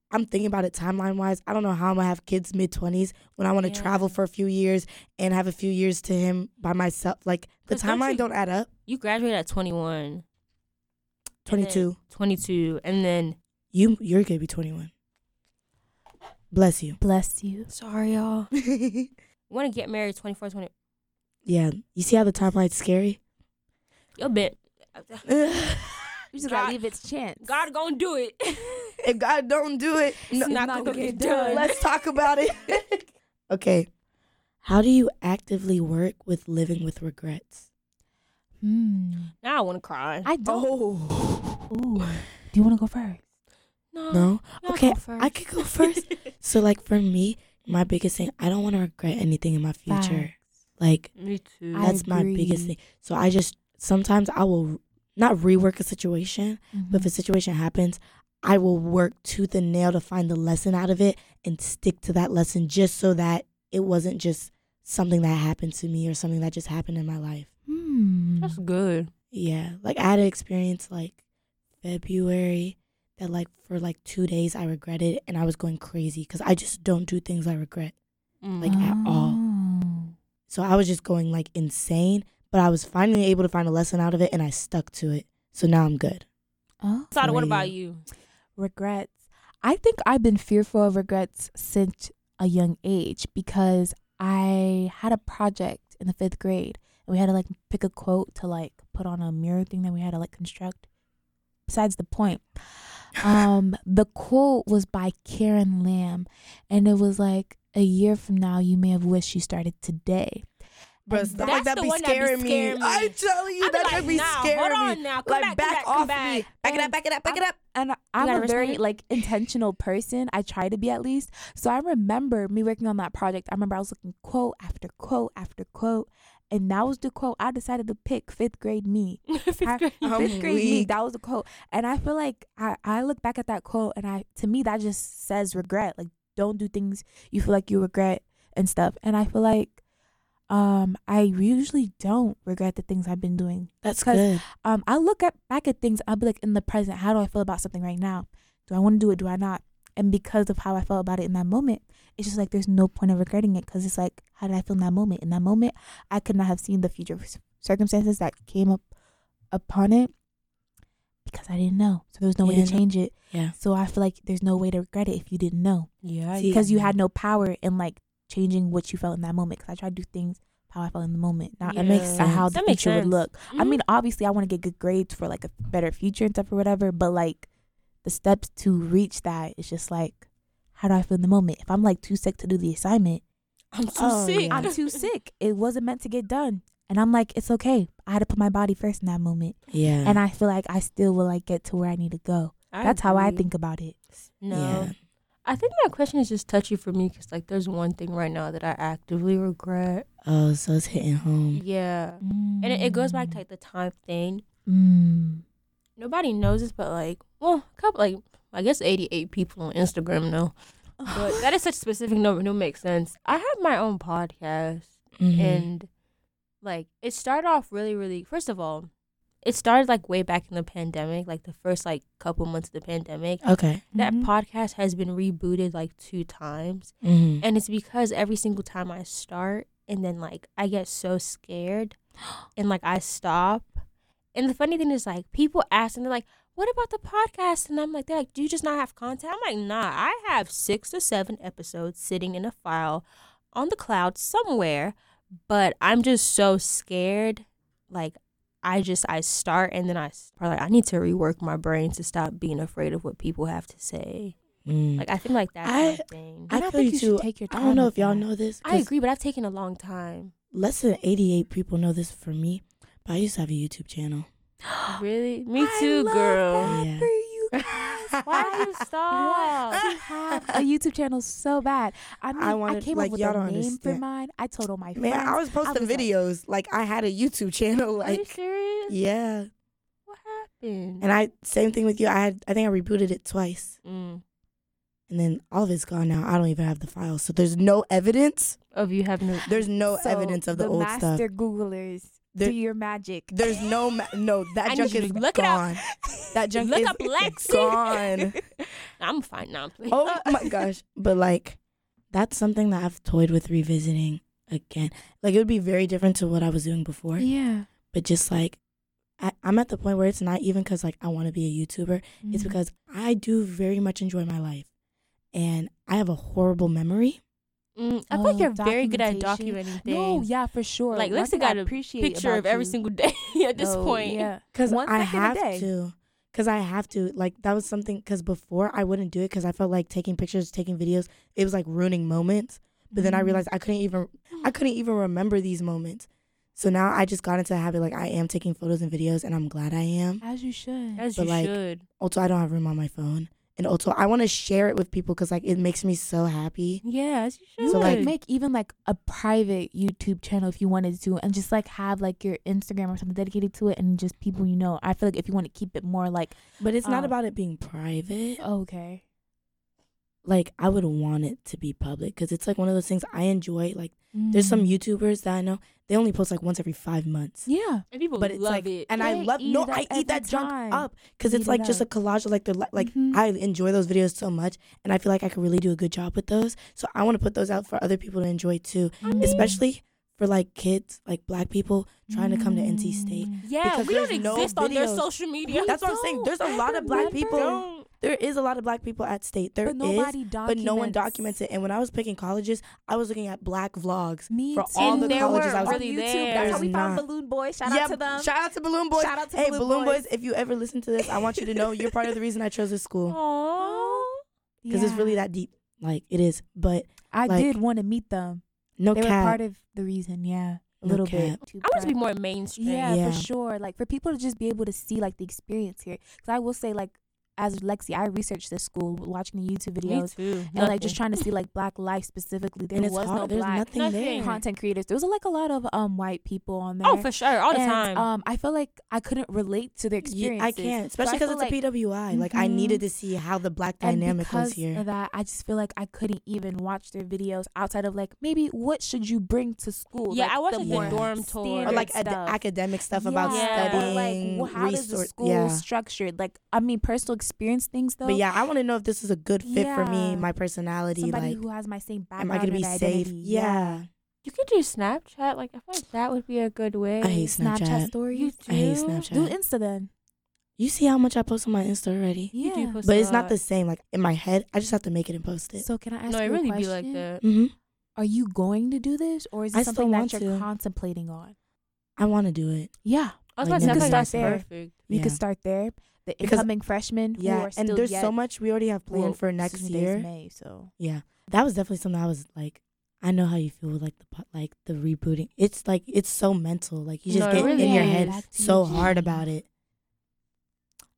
Speaker 1: I'm thinking about it timeline wise. I don't know how I'm gonna have kids mid twenties when I want to
Speaker 3: Yeah.
Speaker 1: travel for a few years and have a few years to him by myself. Like the
Speaker 3: 'Cause don't
Speaker 1: timeline
Speaker 3: you-
Speaker 1: don't add up.
Speaker 3: You graduate at 21,
Speaker 1: Twenty two.
Speaker 3: 22, and then
Speaker 1: You you're gonna be twenty one. Bless you.
Speaker 2: Bless you.
Speaker 3: sorry y'all. Want to get married 24, 20.
Speaker 1: yeah, you see how the timeline's scary.
Speaker 3: Yo, bit.
Speaker 2: You just
Speaker 3: God-
Speaker 2: gotta leave its chance.
Speaker 3: God gonna do it.
Speaker 1: if God don't do it, no-
Speaker 3: not
Speaker 2: not
Speaker 3: gonna
Speaker 2: gonna
Speaker 3: get
Speaker 2: get
Speaker 3: done.
Speaker 2: done.
Speaker 1: Let's talk about it. okay. How do you actively work with living with regrets?
Speaker 2: Hmm.
Speaker 3: now I want to cry.
Speaker 2: I don't.
Speaker 1: Oh.
Speaker 2: Ooh. Do you want to go first?
Speaker 3: No.
Speaker 1: No.
Speaker 3: y'all
Speaker 1: Okay,
Speaker 3: go first.
Speaker 1: I could go first. so like for me, my biggest thing, I don't want to regret anything in my future. Like
Speaker 3: Me too.
Speaker 2: I
Speaker 1: that's my biggest
Speaker 2: agree.
Speaker 1: thing. So I just sometimes I will not rework a situation,
Speaker 2: Mm-hmm.
Speaker 1: but if a situation happens, I will work tooth and nail to find the lesson out of it and stick to that lesson just so that it wasn't just something that happened to me or something that just happened in my life.
Speaker 2: Hmm.
Speaker 3: That's good.
Speaker 1: Yeah. Like I had an experience like February that like for like two days I regretted and I was going crazy because I just don't do things I regret. like,
Speaker 3: Mm-hmm.
Speaker 1: at all.
Speaker 2: Oh.
Speaker 1: So I was just going like insane, but I was finally able to find a lesson out of it and I stuck to it. So now I'm good.
Speaker 2: Oh.
Speaker 3: Sada, what
Speaker 1: Sorry.
Speaker 3: about you?
Speaker 2: regrets. I think I've been fearful of regrets since a young age because I had a project in the fifth grade and we had to like pick a quote to like put on a mirror thing that we had to like construct. Besides the point, um, the quote was by Karen Lamb and it was like, a year from now, you may have wished you started today.
Speaker 1: Bro,
Speaker 2: And
Speaker 1: stuff
Speaker 3: that's
Speaker 1: like that
Speaker 3: the
Speaker 1: be
Speaker 3: one that be
Speaker 1: scaring me.
Speaker 3: scaring me.
Speaker 1: I'm telling you,
Speaker 3: I'd be
Speaker 1: that
Speaker 3: like,
Speaker 1: could be
Speaker 3: nah,
Speaker 1: scaring
Speaker 3: hold
Speaker 1: me.
Speaker 3: on now. Come
Speaker 1: like
Speaker 3: back, come back, come
Speaker 1: off
Speaker 3: back.
Speaker 1: me. Back it up, back it up, back it up.
Speaker 2: and
Speaker 3: gotta
Speaker 2: I'm a
Speaker 3: respect
Speaker 2: very
Speaker 3: it.
Speaker 2: like intentional person. I try to be at least. So I remember me working on that project. I remember I was looking quote after quote after quote, and that was the quote I decided to pick. Fifth grade me, I-
Speaker 1: I'm
Speaker 2: fifth grade me.
Speaker 1: weak.
Speaker 2: That was the quote, and I feel like I I look back at that quote, and I to me that just says regret. Like don't do things you feel like you regret and stuff. And I feel like um I usually don't regret the things I've been doing
Speaker 1: That's
Speaker 2: 'Cause
Speaker 1: good.
Speaker 2: um, I look at back at things. I'll be like, in the present, how do I feel about something right now? Do I want to do it? Do I not? And because of how I felt about it in that moment, it's just like there's no point of regretting it because it's like, how did I feel in that moment? In that moment, I could not have seen the future c- circumstances that came up upon it because I didn't know. So there was no way
Speaker 1: Yeah,
Speaker 2: to
Speaker 1: no-
Speaker 2: change it.
Speaker 1: Yeah.
Speaker 2: So I feel like there's no way to regret it if you didn't know
Speaker 3: Yeah.
Speaker 1: See,
Speaker 2: because you had no power in like changing what you felt in that moment. Because I tried to do things how I felt in the moment, not
Speaker 1: That makes
Speaker 2: at how
Speaker 1: sense.
Speaker 2: the
Speaker 3: That makes
Speaker 2: future would
Speaker 3: sense. Mm-hmm.
Speaker 2: look. I
Speaker 4: Mhm.
Speaker 2: mean, obviously, I want to get good grades for like a better future and stuff or whatever, but like the steps to reach that is just like, how do I feel in the moment? If I'm like too sick to do the assignment,
Speaker 3: I'm so
Speaker 1: Oh,
Speaker 3: sick.
Speaker 1: yeah.
Speaker 2: I'm too sick. It wasn't meant to get done. And I'm like, it's okay. I had to put my body first in that moment.
Speaker 1: Yeah.
Speaker 2: And I feel like I still will like get to where I need to go.
Speaker 3: I
Speaker 2: That's how I
Speaker 3: agree.
Speaker 2: think about it.
Speaker 3: No.
Speaker 1: Yeah.
Speaker 3: I think that question is just touchy for me because, like, there's one thing right now that I actively regret.
Speaker 1: Oh, so it's hitting home.
Speaker 3: Yeah. And it, it goes back to, like, the time thing.
Speaker 2: Mm.
Speaker 3: Nobody knows this, but, like, well, a couple, like, I guess 88 people on Instagram know. But that is such a specific number. No, makes sense. I have my own podcast,
Speaker 1: Mhm.
Speaker 3: and, like, it started off really, really, first of all, it started, like, way back in the pandemic, like, the first, like, couple months of the pandemic.
Speaker 1: okay.
Speaker 3: That
Speaker 2: Mhm.
Speaker 3: podcast has been rebooted, like, two times.
Speaker 1: Mhm.
Speaker 3: And it's because every single time I start and then like I get so scared and like I stop. And the funny thing is like people ask and they're like, What about the podcast? And I'm like, they're like, Do you just not have content? I'm like, nah, I have six to seven episodes sitting in a file on the cloud somewhere, but I'm just so scared. Like I just I start and then I s- probably like, I need to rework my brain to stop being afraid of what people have to say.
Speaker 1: Mm.
Speaker 3: Like I feel like that's
Speaker 1: I-
Speaker 3: my thing.
Speaker 1: I
Speaker 2: And I
Speaker 1: feel
Speaker 2: think
Speaker 1: you
Speaker 2: you
Speaker 1: too.
Speaker 2: should take your
Speaker 1: I
Speaker 2: time
Speaker 1: don't know
Speaker 2: with
Speaker 1: if y'all
Speaker 2: that.
Speaker 1: know this.
Speaker 3: I
Speaker 1: 'cause
Speaker 3: agree, but I've taken a long time.
Speaker 1: Less than 88 people know this for me, but I used to have a YouTube channel.
Speaker 3: Really? Me
Speaker 2: I
Speaker 3: too,
Speaker 2: love
Speaker 3: girl.
Speaker 2: that
Speaker 1: Yeah.
Speaker 2: for you guys.
Speaker 3: Why do you stop?
Speaker 2: I have a YouTube channel so bad. I mean, I,
Speaker 1: wanted-
Speaker 2: came
Speaker 1: like,
Speaker 2: up with
Speaker 1: y'all
Speaker 2: a
Speaker 1: don't
Speaker 2: name for
Speaker 1: understand.
Speaker 2: mine. I told all my
Speaker 1: Man,
Speaker 2: friends.
Speaker 1: I was posting
Speaker 2: was like-
Speaker 1: videos. Like, I had a YouTube channel.
Speaker 3: Are you
Speaker 1: Like,
Speaker 3: serious? Mm,
Speaker 1: yeah.
Speaker 3: What happened?
Speaker 1: And I same thing with you. I had I think I rebooted it twice,
Speaker 3: mm.
Speaker 1: and then all of it's gone now. I don't even have the files, so there's no evidence.
Speaker 3: Of you having a
Speaker 1: There's no
Speaker 2: So,
Speaker 1: evidence of the, old
Speaker 2: master
Speaker 1: stuff.
Speaker 2: Googlers
Speaker 1: There-
Speaker 2: do your magic.
Speaker 1: There's no ma- no that
Speaker 3: I
Speaker 1: junk
Speaker 3: need
Speaker 1: is
Speaker 3: you to look it up.
Speaker 1: gone. That junk
Speaker 3: Look
Speaker 1: is
Speaker 3: up Lexi.
Speaker 1: gone.
Speaker 3: I'm fine now. Please.
Speaker 1: Oh my gosh! But like, that's something that I've toyed with revisiting again. Like it would be very different to what I was doing before.
Speaker 2: yeah,
Speaker 1: But just like, I, I'm at the point where it's not even because like I want to be a YouTuber.
Speaker 2: Mm-hmm.
Speaker 1: It's because I do very much enjoy my life, and I have a horrible memory.
Speaker 3: Mm, I feel like
Speaker 2: Oh,
Speaker 3: you're very good at
Speaker 2: documentation.
Speaker 3: documenting things.
Speaker 2: no, yeah, for sure.
Speaker 3: Like
Speaker 2: One
Speaker 3: Lexi
Speaker 2: thing I
Speaker 3: got a
Speaker 2: appreciate
Speaker 3: picture of
Speaker 2: about
Speaker 3: every
Speaker 2: you-
Speaker 3: single day at this
Speaker 2: No,
Speaker 3: point.
Speaker 2: Yeah,
Speaker 1: Cause
Speaker 2: One
Speaker 1: I
Speaker 2: second a
Speaker 1: have
Speaker 2: day.
Speaker 1: to. Cause I have to. Like that was something. Cause before I wouldn't do it. Cause I felt like taking pictures, taking videos. It was like ruining moments. But then I
Speaker 2: Mhm.
Speaker 1: realized I couldn't even. I couldn't even remember these moments. So now I just got into the habit. Like I am taking photos and videos, and I'm glad I am.
Speaker 2: as you should.
Speaker 3: As
Speaker 1: But,
Speaker 3: you
Speaker 1: like,
Speaker 3: should.
Speaker 1: Also, I don't have room on my phone, and also I want to share it with people. Cause like it makes me so happy.
Speaker 3: Yeah, as you should.
Speaker 1: So,
Speaker 2: you
Speaker 1: like-
Speaker 2: could make even like a private YouTube channel if you wanted to, and just like have like your Instagram or something dedicated to it, and just people you know. I feel like if you want to keep it more like
Speaker 1: But it's not
Speaker 2: Oh.
Speaker 1: about it being private.
Speaker 2: okay,
Speaker 1: Like I would want it to be public. Cause it's like one of those things I enjoy. Like there's some
Speaker 2: Mm.
Speaker 1: YouTubers that I know. They only post like once every five months.
Speaker 2: yeah,
Speaker 3: and people
Speaker 1: but it's
Speaker 3: love
Speaker 1: like,
Speaker 3: it.
Speaker 1: and
Speaker 2: Yeah,
Speaker 1: I love
Speaker 2: eat
Speaker 1: no,
Speaker 2: it up
Speaker 1: I
Speaker 2: every
Speaker 1: eat that
Speaker 2: time.
Speaker 1: junk up because
Speaker 2: Eat
Speaker 1: it's
Speaker 2: it
Speaker 1: like just a
Speaker 2: up.
Speaker 1: collage of like they're li- like
Speaker 2: Mhm.
Speaker 1: I enjoy those videos so much, and I feel like I could really do a good job with those. So I want to put those out for other people to enjoy too,
Speaker 2: Mm.
Speaker 1: especially for like kids, like Black people trying to come to NC State.
Speaker 2: Mm.
Speaker 3: yeah,
Speaker 1: because
Speaker 3: we don't
Speaker 1: there's no
Speaker 3: exist on their
Speaker 1: videos.
Speaker 3: social media.
Speaker 1: That's what I'm saying. There's a lot of black
Speaker 2: remember.
Speaker 1: people.
Speaker 3: Don't.
Speaker 1: There is a lot of black people at state. There is,
Speaker 2: but nobody documents.
Speaker 1: but no one documents it. And when I was picking colleges, I was looking at black vlogs.
Speaker 2: Me
Speaker 1: for
Speaker 2: too.
Speaker 1: all
Speaker 3: And
Speaker 1: the
Speaker 3: there
Speaker 1: colleges
Speaker 3: were
Speaker 1: I was
Speaker 3: really
Speaker 2: on YouTube.
Speaker 3: there.
Speaker 2: That's how
Speaker 1: There's
Speaker 2: we found
Speaker 1: not.
Speaker 2: Balloon Boy. Shout
Speaker 1: Yeah,
Speaker 2: out to them.
Speaker 1: Shout out to Balloon Boys.
Speaker 2: Shout out to
Speaker 1: hey,
Speaker 2: Balloon Boys.
Speaker 1: if you ever listen to this, I want you to know you're part of the reason I chose this school.
Speaker 3: Aww.
Speaker 2: Oh,
Speaker 1: because it's really that deep. Like it is, but
Speaker 2: I
Speaker 1: like-
Speaker 2: did want to meet them.
Speaker 1: no
Speaker 2: they were
Speaker 1: cap.
Speaker 2: part of the reason. Yeah, a
Speaker 1: No
Speaker 2: little
Speaker 1: cap.
Speaker 2: bit. Too
Speaker 3: I want to be
Speaker 2: proud.
Speaker 3: more mainstream.
Speaker 2: Yeah,
Speaker 1: Yeah.
Speaker 2: for sure. Like for people to just be able to see like the experience here. Because I will say like as Lexi, I researched this school watching the
Speaker 3: Me
Speaker 2: YouTube videos
Speaker 3: too.
Speaker 2: and like just trying to see like black life specifically. There
Speaker 1: and it's
Speaker 2: was
Speaker 1: hard.
Speaker 2: no
Speaker 1: There's
Speaker 2: black
Speaker 1: nothing
Speaker 3: Nothing.
Speaker 1: there.
Speaker 2: content creators. There was like a lot of um white people on there.
Speaker 3: Oh, for sure, all the
Speaker 2: And,
Speaker 3: time.
Speaker 2: Um, I feel like I couldn't relate to their
Speaker 1: Ye-
Speaker 2: experiences.
Speaker 1: I can't, especially
Speaker 2: feel
Speaker 1: because it's
Speaker 2: like-
Speaker 1: a PWI. Like I
Speaker 2: Mhm.
Speaker 1: needed to see how the black
Speaker 2: and
Speaker 1: dynamic
Speaker 2: because
Speaker 1: was here.
Speaker 2: of that, I just feel like I couldn't even watch their videos outside of like maybe what should you bring to school?
Speaker 3: yeah,
Speaker 2: Like,
Speaker 3: I watched
Speaker 2: the
Speaker 3: like,
Speaker 1: more
Speaker 3: the dorm tour.
Speaker 1: Or
Speaker 2: standard
Speaker 1: like ad-
Speaker 2: stuff.
Speaker 1: academic stuff about
Speaker 3: Yeah.
Speaker 2: Or, like,
Speaker 1: studying,
Speaker 2: wh- how is the
Speaker 1: resource-
Speaker 2: school
Speaker 1: yeah.
Speaker 2: structured? Like, I mean, personal experience things though.
Speaker 1: But yeah, I want to know if this is a good fit for
Speaker 2: Yeah.
Speaker 1: me, my personality.
Speaker 2: somebody
Speaker 1: like,
Speaker 2: who has my same
Speaker 1: am
Speaker 2: background.
Speaker 1: I gonna
Speaker 2: and
Speaker 1: be safe?
Speaker 2: identity.
Speaker 1: Yeah.
Speaker 3: You could do Snapchat. Like I feel like that would be a good way.
Speaker 1: I hate
Speaker 2: Snapchat,
Speaker 1: Snapchat.
Speaker 2: stories.
Speaker 3: You
Speaker 1: I hate
Speaker 3: do?
Speaker 1: Snapchat.
Speaker 2: Do Insta then.
Speaker 1: You see how much I post on my Insta already,
Speaker 3: You
Speaker 2: Yeah.
Speaker 3: do post
Speaker 1: but
Speaker 3: a
Speaker 1: it's not
Speaker 3: lot.
Speaker 1: the same. Like in my head, I just have to make it and post it.
Speaker 2: so can I ask
Speaker 3: No, it
Speaker 2: you a
Speaker 3: really
Speaker 2: question?
Speaker 3: be like that.
Speaker 1: hmm
Speaker 2: are you going to do this or is
Speaker 1: I
Speaker 2: it
Speaker 1: still
Speaker 2: something that
Speaker 1: want
Speaker 2: you're
Speaker 1: to.
Speaker 2: contemplating on?
Speaker 1: I want to do it.
Speaker 2: Yeah,
Speaker 3: I was
Speaker 1: Like, you
Speaker 3: about to
Speaker 1: could
Speaker 3: say
Speaker 1: start
Speaker 3: that's
Speaker 2: there.
Speaker 3: perfect.
Speaker 2: you
Speaker 1: Yeah.
Speaker 2: could start there. The
Speaker 1: Because-
Speaker 2: incoming freshmen who
Speaker 1: yeah,
Speaker 2: are still
Speaker 1: and there's
Speaker 2: yet,
Speaker 1: so much we already have planned
Speaker 2: well,
Speaker 1: for next
Speaker 2: student days
Speaker 1: year.
Speaker 2: May, so
Speaker 1: Yeah, that was definitely something I was like, I know how you feel with like the po- like the rebooting. It's like it's so mental. Like you just
Speaker 3: No, it
Speaker 1: get
Speaker 3: really
Speaker 1: in your
Speaker 3: is.
Speaker 1: head
Speaker 2: Back to
Speaker 1: so
Speaker 2: your
Speaker 1: hard
Speaker 2: gene.
Speaker 1: about it.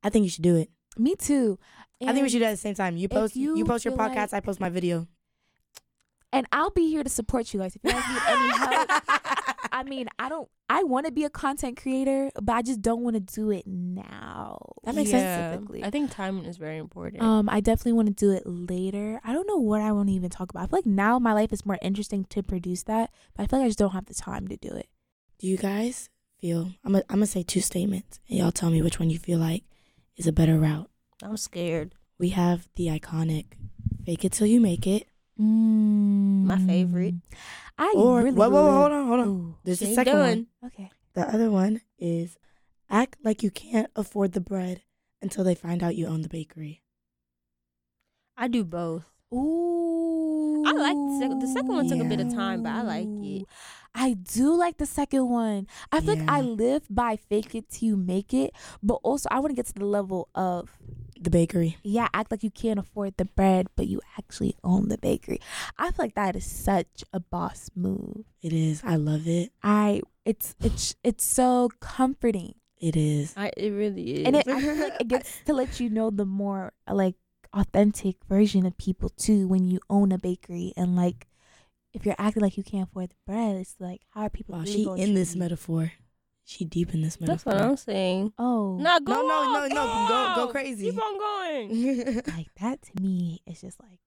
Speaker 1: I think you should do it.
Speaker 2: Me too.
Speaker 1: I think we
Speaker 2: And-
Speaker 1: should do it at the same time. You
Speaker 2: if
Speaker 1: post you,
Speaker 2: you
Speaker 1: post your
Speaker 2: feel
Speaker 1: podcast.
Speaker 2: like-
Speaker 1: I post my video.
Speaker 2: And I'll be here to support you guys if you guys need any help. I mean, I don't. I want to be a content creator, but I just don't want to do it now.
Speaker 1: That makes sense.
Speaker 3: Yeah.
Speaker 2: Specifically.
Speaker 3: I think timing is very important.
Speaker 2: Um, I definitely want to do it later. I don't know what I want to even talk about. I feel like now my life is more interesting to produce that, but I feel like I just don't have the time to do it.
Speaker 1: Do you guys feel? I'm gonna I'm gonna say two statements, and y'all tell me which one you feel like is a better route.
Speaker 3: I'm scared.
Speaker 1: We have the iconic "Fake It Till You Make It,"
Speaker 3: My favorite.
Speaker 2: I
Speaker 1: Mm. or
Speaker 2: really.
Speaker 1: whoa, whoa, whoa,
Speaker 2: love-
Speaker 1: hold on, hold on.
Speaker 2: Ooh,
Speaker 1: There's a
Speaker 3: Keep
Speaker 1: second
Speaker 3: going.
Speaker 1: one.
Speaker 2: okay.
Speaker 1: The other one is act like you can't afford the bread until they find out you own the bakery.
Speaker 3: I do both.
Speaker 2: Ooh.
Speaker 3: like the sec- the second one took a bit of time, but I like it.
Speaker 2: I do like the second one. I feel like I
Speaker 1: Yeah.
Speaker 2: live by fake it till you make it, but also I want to get to the level of
Speaker 1: The bakery.
Speaker 2: yeah, act like you can't afford the bread, but you actually own the bakery. I feel like that is such a boss move.
Speaker 1: It is. I love it.
Speaker 2: I it's it's it's so comforting,
Speaker 1: It is.
Speaker 3: I, it really is.
Speaker 2: and it I feel like it gets to let you know the more like authentic version of people too when you own a bakery and like if you're acting like you can't afford the bread, it's like how are people?
Speaker 1: Wow,
Speaker 2: really
Speaker 1: she
Speaker 2: gonna
Speaker 1: in
Speaker 2: treat
Speaker 1: this
Speaker 2: you?
Speaker 1: metaphor. She deep in this
Speaker 3: That's
Speaker 1: metaphor.
Speaker 3: what I'm saying.
Speaker 2: Oh,
Speaker 3: No, go
Speaker 1: No, no,
Speaker 3: on,
Speaker 1: no, no, go- go
Speaker 3: on.
Speaker 1: crazy.
Speaker 3: Keep on going.
Speaker 2: like that to me is just like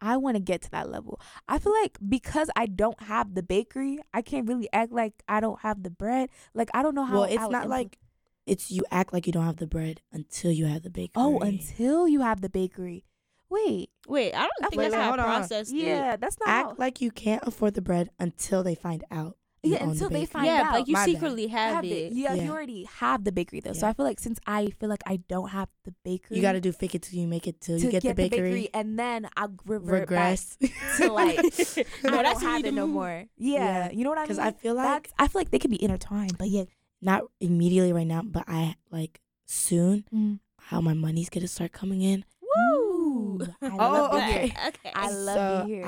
Speaker 2: I want to get to that level. I feel like because I don't have the bakery, I can't really act like I don't have the bread. Like I don't know how.
Speaker 1: well, it's
Speaker 2: I'll
Speaker 1: not
Speaker 2: impl-
Speaker 1: like it's you act like you don't have the bread until you have the bakery.
Speaker 2: oh, until you have the bakery. Wait,
Speaker 3: Wait, I don't
Speaker 2: That's-
Speaker 3: think
Speaker 1: Wait,
Speaker 3: that's
Speaker 1: wait,
Speaker 3: how
Speaker 1: hold
Speaker 3: I
Speaker 1: on, hold on.
Speaker 3: processed it.
Speaker 2: yeah, that's not. how-
Speaker 1: act like you can't afford the bread until they find out. you
Speaker 2: Yeah,
Speaker 1: own the
Speaker 2: until they
Speaker 1: bakery.
Speaker 2: find
Speaker 3: yeah,
Speaker 2: out.
Speaker 3: like you
Speaker 1: My bad.
Speaker 3: secretly
Speaker 2: I
Speaker 3: have,
Speaker 2: have
Speaker 3: it.
Speaker 2: it. Yeah,
Speaker 1: Yeah.
Speaker 2: you already have the bakery though. So
Speaker 1: Yeah.
Speaker 2: I feel like since I feel like I don't have the bakery,
Speaker 1: You got to do fake it till you make it till
Speaker 2: to
Speaker 1: you get, the bakery.
Speaker 2: and then I'll revert
Speaker 1: regress.
Speaker 2: back to like I
Speaker 3: No,
Speaker 2: don't
Speaker 3: that's when you
Speaker 2: have it no
Speaker 3: do-
Speaker 2: more.
Speaker 1: Yeah.
Speaker 2: Yeah, you know what I mean.
Speaker 1: Because I feel like
Speaker 2: That's, I feel like they could be intertwined, but yeah.
Speaker 1: not immediately right now, but I like soon how my money's gonna start coming in.
Speaker 2: Woo! I love
Speaker 1: Oh,
Speaker 2: to hear.
Speaker 1: okay.
Speaker 2: it.
Speaker 3: Okay.
Speaker 2: I love to
Speaker 1: So
Speaker 2: hear. it.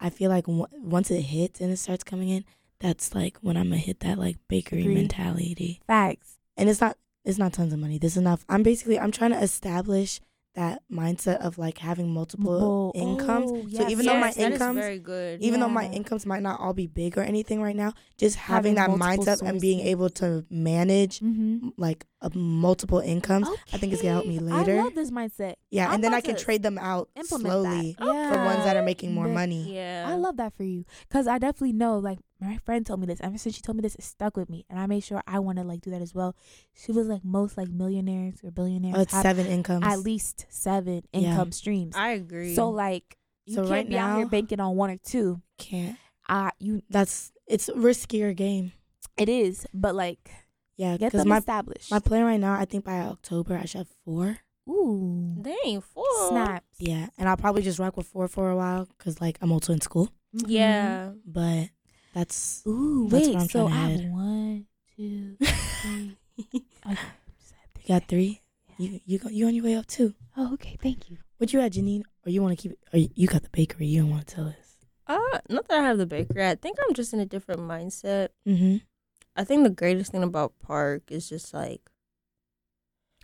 Speaker 1: I I feel like w- once it hits and it starts coming in, that's like when I'm gonna hit that like bakery
Speaker 2: Agree.
Speaker 1: mentality.
Speaker 2: Facts.
Speaker 1: And it's not it's not tons of money. This is enough. I'm basically I'm trying to establish that mindset of like having multiple
Speaker 2: Well,
Speaker 1: incomes.
Speaker 2: oh,
Speaker 1: so
Speaker 2: yes,
Speaker 1: even though my
Speaker 2: yes, that is
Speaker 1: incomes
Speaker 3: very good.
Speaker 1: even though my
Speaker 2: yeah.
Speaker 1: incomes might not all be big or anything right now, just having,
Speaker 2: Having
Speaker 1: that
Speaker 2: multiple
Speaker 1: mindset and being
Speaker 2: sources.
Speaker 1: able to manage
Speaker 2: Mm-hmm.
Speaker 1: like a multiple
Speaker 2: Oh,
Speaker 1: incomes, I think it's gonna help me later.
Speaker 2: I love this mindset.
Speaker 1: Yeah,
Speaker 2: I'm
Speaker 1: and then
Speaker 2: about
Speaker 1: I can
Speaker 2: to
Speaker 1: trade them out
Speaker 2: Implement
Speaker 1: slowly
Speaker 2: that. Yeah.
Speaker 1: for ones that are making more
Speaker 2: But-
Speaker 1: money.
Speaker 3: Yeah.
Speaker 2: I love that for you because I definitely know. Like my friend told me this. Ever since she told me this, it stuck with me, and I made sure I want to like do that as well. She was like most like millionaires or billionaires
Speaker 1: Oh, it's
Speaker 2: have
Speaker 1: seven incomes.
Speaker 2: at least seven
Speaker 1: Yeah.
Speaker 2: income streams.
Speaker 3: I agree.
Speaker 2: So like you
Speaker 1: So
Speaker 2: can't
Speaker 1: right
Speaker 2: be out here
Speaker 1: now-
Speaker 2: banking on one or two.
Speaker 1: can't.
Speaker 2: Uh you
Speaker 1: That's it's a riskier game.
Speaker 2: it is, but like
Speaker 1: Yeah,
Speaker 2: get
Speaker 1: because
Speaker 2: them
Speaker 1: my
Speaker 2: established.
Speaker 1: my plan right now, I think by October I should have four.
Speaker 2: Ooh,
Speaker 3: dang, four.
Speaker 2: snaps.
Speaker 1: Yeah, and I'll probably just rock with four for a while because like I'm also in school.
Speaker 2: Mhm.
Speaker 3: Yeah.
Speaker 1: But that's
Speaker 2: Ooh,
Speaker 1: That's what I'm
Speaker 2: wait. So I
Speaker 1: tryna
Speaker 2: have
Speaker 1: hide.
Speaker 2: one, two, three. okay.
Speaker 1: you got three. You you go, you on your way up too.
Speaker 2: Oh, okay. Thank you.
Speaker 1: What you at, Janine? Or you want to keep? Or you, you got the bakery? You don't want to tell us.
Speaker 3: Uh, not that I have the bakery. I think I'm just in a different mindset.
Speaker 1: Mm-hmm.
Speaker 3: I think the greatest thing about Park is just like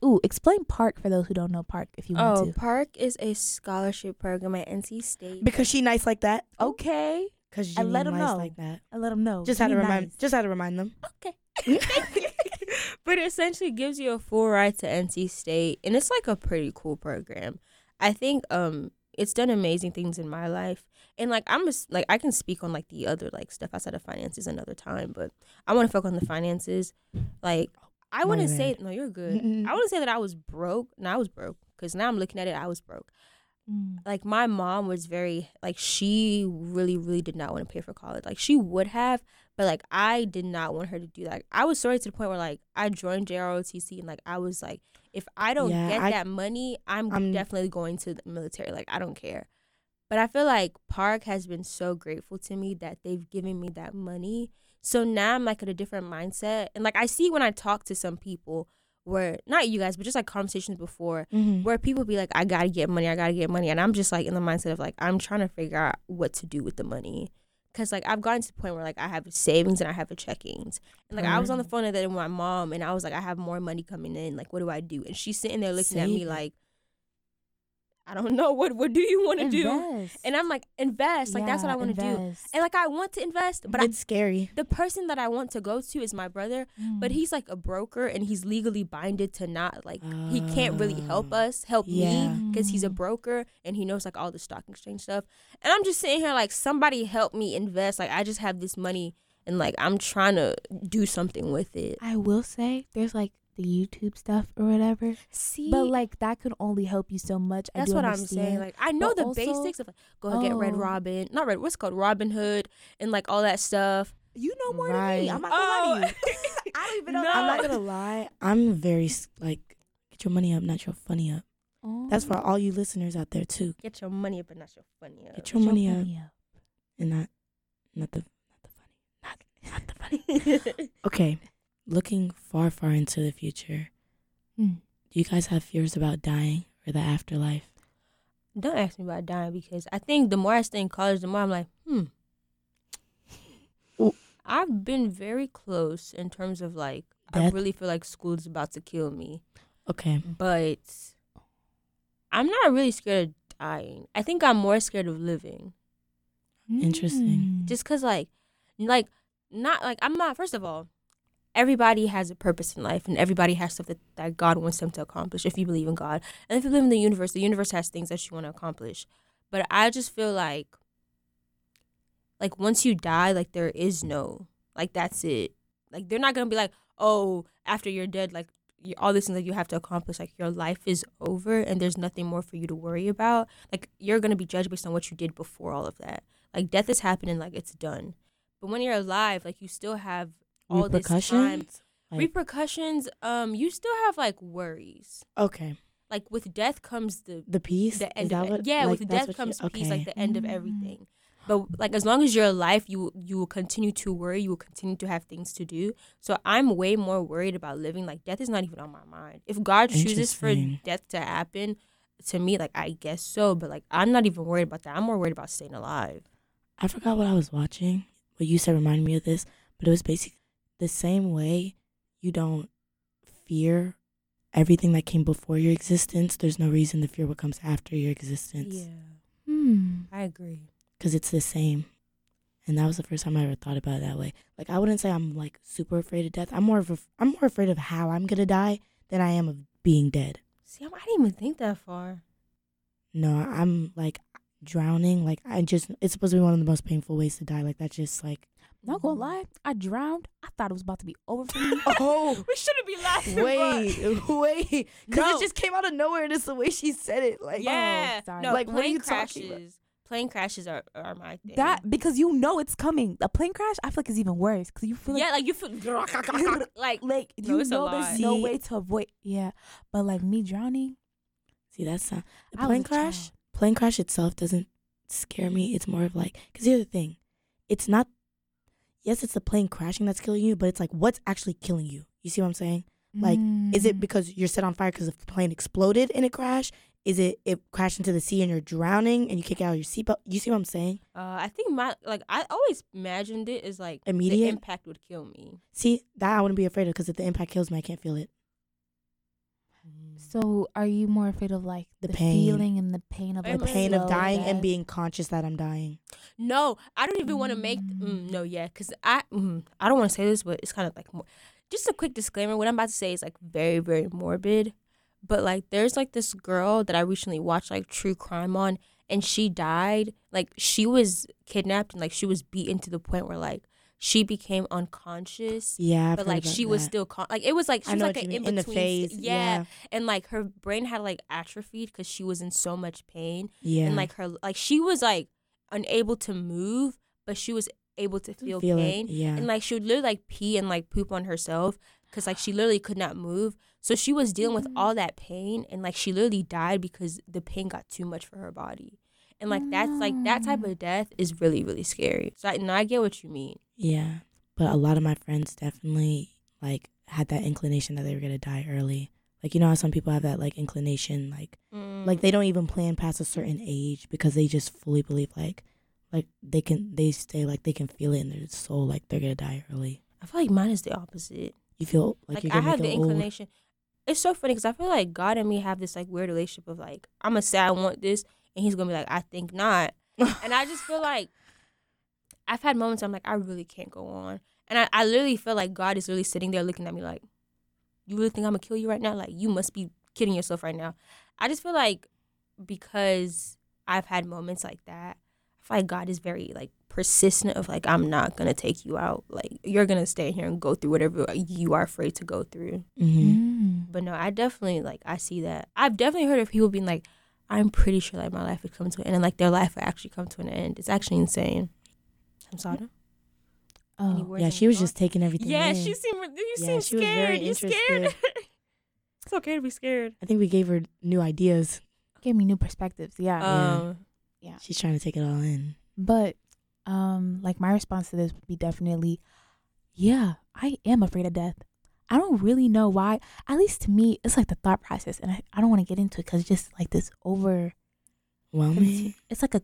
Speaker 2: Ooh, explain Park for those who don't know Park if you want
Speaker 3: oh,
Speaker 2: to.
Speaker 3: Park is a scholarship program at NC State.
Speaker 1: Because she nice like that.
Speaker 2: Okay.
Speaker 1: Because Janine
Speaker 2: And let 'em
Speaker 1: nice
Speaker 2: know.
Speaker 1: like that.
Speaker 2: I let them know.
Speaker 1: Just
Speaker 2: Be
Speaker 1: had to remind.
Speaker 2: nice.
Speaker 1: Just had to remind them.
Speaker 3: okay. Thank you. but it essentially gives you a full ride to NC State, and it's like a pretty cool program. I think um it's done amazing things in my life, and like I'm just like I can speak on like the other like stuff outside of finances another time, but I want to focus on the finances. Like I
Speaker 1: My
Speaker 3: want to say
Speaker 1: bad.
Speaker 3: no, you're good.
Speaker 1: Mm-mm.
Speaker 3: I want to say that I was broke. No, I was broke because now I'm looking at it, I was broke
Speaker 2: Mm.
Speaker 3: like my mom was very like she really really did not want to pay for college like she would have but like i did not want her to do that i was sorry to the point where like i joined jrotc and like i was like if i don't
Speaker 1: Yeah,
Speaker 3: get
Speaker 1: I-
Speaker 3: that money I'm,
Speaker 1: I'm-
Speaker 3: definitely going to the military like i don't care But I feel like Park has been so grateful to me that they've given me that money. So now I'm like at a different mindset. And like I see when I talk to some people where not you guys, but just like conversations before
Speaker 2: Mm-hmm.
Speaker 1: Mhm.
Speaker 3: where people be like, I gotta get money, I gotta get money. And I'm just like in the mindset of like, I'm trying to figure out what to do with the money. Cause like I've gotten to the point where like I have savings and I have a checkings. And like I was on the phone the other day with my mom and I was like, I have more money coming in. Like, what do I do? And she's sitting there looking at me
Speaker 1: Save.
Speaker 3: like, I don't know. What what do you wanna do?
Speaker 2: Invest.
Speaker 3: And I'm like, invest. Like that's what
Speaker 2: Yeah,
Speaker 3: I wanna do.
Speaker 2: invest.
Speaker 3: And like I want to invest, but I,
Speaker 1: it's scary.
Speaker 3: the person that I want to go to is my brother but
Speaker 2: Mm.
Speaker 3: he's like a broker and he's legally binded to not like he can't really help
Speaker 1: Ah,
Speaker 3: us help me 'cause
Speaker 1: yeah.
Speaker 3: me because he's a
Speaker 2: Mm.
Speaker 3: broker and he knows like all the stock exchange stuff and i'm just sitting here like somebody help me invest like i just have this money and like i'm trying to do something with it
Speaker 2: I will say there's like the YouTube stuff or whatever,
Speaker 3: see
Speaker 2: but like that can only help you so much. I
Speaker 3: that's
Speaker 2: do
Speaker 3: what i'm saying
Speaker 2: understand.
Speaker 3: like i know
Speaker 2: But
Speaker 3: the
Speaker 2: also-
Speaker 3: basics of like go and get red
Speaker 2: Oh.
Speaker 3: robin not red what's it called robin hood and like all that stuff
Speaker 1: You know
Speaker 2: more than me. I'm
Speaker 1: not
Speaker 3: i don't even
Speaker 1: Oh. No. I'm not gonna lie. I'm very s- like get your money up, not your funny up. That's for
Speaker 2: Oh,
Speaker 1: all you listeners out there too.
Speaker 3: get your money up and not your funny up.
Speaker 1: Get your
Speaker 2: show
Speaker 1: money up
Speaker 2: money up.
Speaker 1: and not not the not the funny. Not not the funny. Okay. Looking far far into the future.
Speaker 2: Hmm.
Speaker 1: Do you guys have fears about dying or the afterlife?
Speaker 3: Don't ask me about dying because I think the more I stay in college, the more I'm like, hmm.
Speaker 1: Ooh.
Speaker 3: I've been very close in terms of like, I
Speaker 1: Death?
Speaker 3: really feel like school's about to kill me,
Speaker 1: Okay.
Speaker 3: but I'm not really scared of dying. I think I'm more scared of living
Speaker 1: Interesting.
Speaker 2: Mm.
Speaker 3: just because, like, like, not like I'm not, first of all, everybody has a purpose in life and everybody has stuff that, that God wants them to accomplish if you believe in God. And if you live in the universe, the universe has things that you want to accomplish. But I just feel like like once you die, like there is no like that's it. Like they're not gonna be like, oh, after you're dead, like you, all these things that you have to accomplish, like your life is over and there's nothing more for you to worry about. Like you're gonna be judged based on what you did before all of that. Like death is happening, like it's done. But when you're alive, like you still have all this time
Speaker 1: Repercussions? Like-
Speaker 3: repercussions um you still have like worries
Speaker 1: Okay.
Speaker 3: like with death comes the
Speaker 1: The peace?
Speaker 3: the end
Speaker 1: Is that
Speaker 3: of
Speaker 1: what-
Speaker 3: it. yeah
Speaker 1: like,
Speaker 3: with
Speaker 1: that's
Speaker 3: death
Speaker 1: what
Speaker 3: comes
Speaker 1: you,
Speaker 3: peace like
Speaker 1: okay. Mm-hmm.
Speaker 3: the end of
Speaker 2: Mm.
Speaker 3: everything but like as long as you're alive you you will continue to worry you will continue to have things to do so i'm way more worried about living like death is not even on my mind if god chooses for
Speaker 1: Interesting.
Speaker 3: death to happen to me like i guess so but like i'm not even worried about that i'm more worried about staying alive
Speaker 1: I forgot what I was watching. What you said reminded me of this, but it was basically the same way you don't fear everything that came before your existence. There's no reason to fear what comes after your existence
Speaker 2: Hmm.
Speaker 3: i agree
Speaker 1: because it's the same. And that was the first time I ever thought about it that way. Like I wouldn't say I'm like super afraid of death. I'm more of a, I'm more afraid of how I'm gonna die than I am of being dead.
Speaker 3: see i didn't even think that far
Speaker 1: No, I'm like drowning. Like I just it's supposed to be one of the most painful ways to die. Like that's just like
Speaker 2: Not gonna lie, I drowned. I thought it was about to be over for me.
Speaker 1: oh.
Speaker 3: we shouldn't be laughing but-
Speaker 1: Wait, wait, because
Speaker 3: No.
Speaker 1: it just came out of nowhere, and it's the way she said it. Like,
Speaker 3: Yeah.
Speaker 2: sorry.
Speaker 3: No,
Speaker 1: Uh, oh, Like,
Speaker 3: plane
Speaker 1: what are you
Speaker 3: crashes.
Speaker 1: talking about?
Speaker 3: Plane crashes are, are my thing.
Speaker 2: that because you know it's coming. A plane crash, I feel like is even worse because you feel like
Speaker 3: yeah, like you feel like
Speaker 2: like
Speaker 3: No,
Speaker 2: you
Speaker 3: it's a
Speaker 2: know
Speaker 3: lot.
Speaker 2: there's no
Speaker 1: See-
Speaker 2: way to avoid. Yeah, but like me drowning,
Speaker 1: see, that's not the
Speaker 2: I was
Speaker 1: plane
Speaker 2: a
Speaker 1: crash.
Speaker 2: child.
Speaker 1: Plane crash itself doesn't scare me. It's more of like, because here's the thing, it's not. Yes, it's the plane crashing that's killing you, but it's like, what's actually killing you? You see what I'm saying? Like, Is it
Speaker 2: Mm.
Speaker 1: because you're set on fire because the plane exploded and it crashed? Is it it crashed into the sea and you're drowning and you kick out your seatbelt? You see what I'm saying?
Speaker 3: Uh, I think my like I always imagined it as like the
Speaker 1: Immediate?
Speaker 3: impact would kill me.
Speaker 1: See that I wouldn't be afraid of because if the impact kills me, I can't feel it.
Speaker 2: So are you more afraid of like
Speaker 1: The
Speaker 2: the,
Speaker 1: pain.
Speaker 2: feeling and the pain of
Speaker 3: The
Speaker 1: The
Speaker 2: like,
Speaker 3: Am I
Speaker 1: pain
Speaker 2: slow
Speaker 1: of dying
Speaker 2: death?
Speaker 1: and being conscious that I'm dying.
Speaker 3: No, I don't even want to make mm, no. Yeah, because I mm, I don't want to say this, but it's kind of like more. Just a quick disclaimer: what I'm about to say is like very very morbid, but like there's like this girl that I recently watched like true crime on, and she died. Like she was kidnapped and like she was beaten to the point where like she became unconscious.
Speaker 1: Yeah, I've
Speaker 3: But
Speaker 1: heard
Speaker 3: like
Speaker 1: about
Speaker 3: she was
Speaker 1: that.
Speaker 3: still con- like it was like she
Speaker 1: I
Speaker 3: was
Speaker 1: know
Speaker 3: like
Speaker 1: what
Speaker 3: an
Speaker 1: you
Speaker 3: in
Speaker 1: mean, in
Speaker 3: between
Speaker 1: the phase.
Speaker 3: yeah.
Speaker 1: Yeah,
Speaker 3: and like her brain had like atrophied because she was in so much pain,
Speaker 1: yeah.
Speaker 3: and like her like she was like unable to move but she was able to feel,
Speaker 1: Feel it,
Speaker 3: pain
Speaker 1: yeah.
Speaker 3: and like she would literally like pee and like poop on herself because like she literally could not move so she
Speaker 1: Mm.
Speaker 3: was dealing with all that pain and like she literally died because the pain got too much for her body and like that's like that type
Speaker 1: Mm.
Speaker 3: of death is really really scary. So I, no, I get what you mean.
Speaker 1: Yeah. But a lot of my friends definitely like had that inclination that they were gonna die early. Like you know how some people have that like inclination, like
Speaker 3: Mm.
Speaker 1: like they don't even plan past a certain age because they just fully believe like like they can they stay like they can feel it in their soul like they're gonna die early.
Speaker 3: I feel like mine is the opposite.
Speaker 1: You feel like,
Speaker 3: Like,
Speaker 1: you're
Speaker 3: I
Speaker 1: gonna
Speaker 3: have
Speaker 1: make
Speaker 3: the
Speaker 1: it old.
Speaker 3: inclination. It's so funny because I feel like God and me have this like weird relationship of like I'm gonna say I want this and He's gonna be like I think not, and I just feel like I've had moments I'm like I really can't go on, and I, I literally feel like God is really sitting there looking at me like, you really think I'm gonna kill you right now? Like you must be kidding yourself right now. I just feel like because I've had moments like that, I feel like God is very like persistent of like I'm not gonna take you out. Like you're gonna stay here and go through whatever you are afraid to go through.
Speaker 1: hmm
Speaker 2: Mm.
Speaker 3: But no, I definitely like I see that. I've definitely heard of people being like, I'm pretty sure like my life would come to an end and like their life would actually come to an end. It's actually insane. I'm sorry. Any
Speaker 2: Oh,
Speaker 3: words
Speaker 1: Yeah,
Speaker 3: on
Speaker 1: she
Speaker 3: your
Speaker 1: was
Speaker 3: thoughts?
Speaker 1: just taking everything.
Speaker 3: Mm-hmm. Yeah,
Speaker 1: in.
Speaker 3: she seemed you
Speaker 1: Yeah,
Speaker 3: seem
Speaker 1: she was very
Speaker 3: scared. You scared. it's okay to be scared.
Speaker 1: I think we gave her new ideas.
Speaker 2: gave me new perspectives. Yeah.
Speaker 1: Yeah.
Speaker 3: Um
Speaker 1: She's trying to take it all in.
Speaker 2: But um like my response to this would be definitely yeah, I am afraid of death. I don't really know why. At least to me, it's like the thought process and I, I don't want to get into it cuz it's just like this over
Speaker 1: Whelming.
Speaker 2: it's like a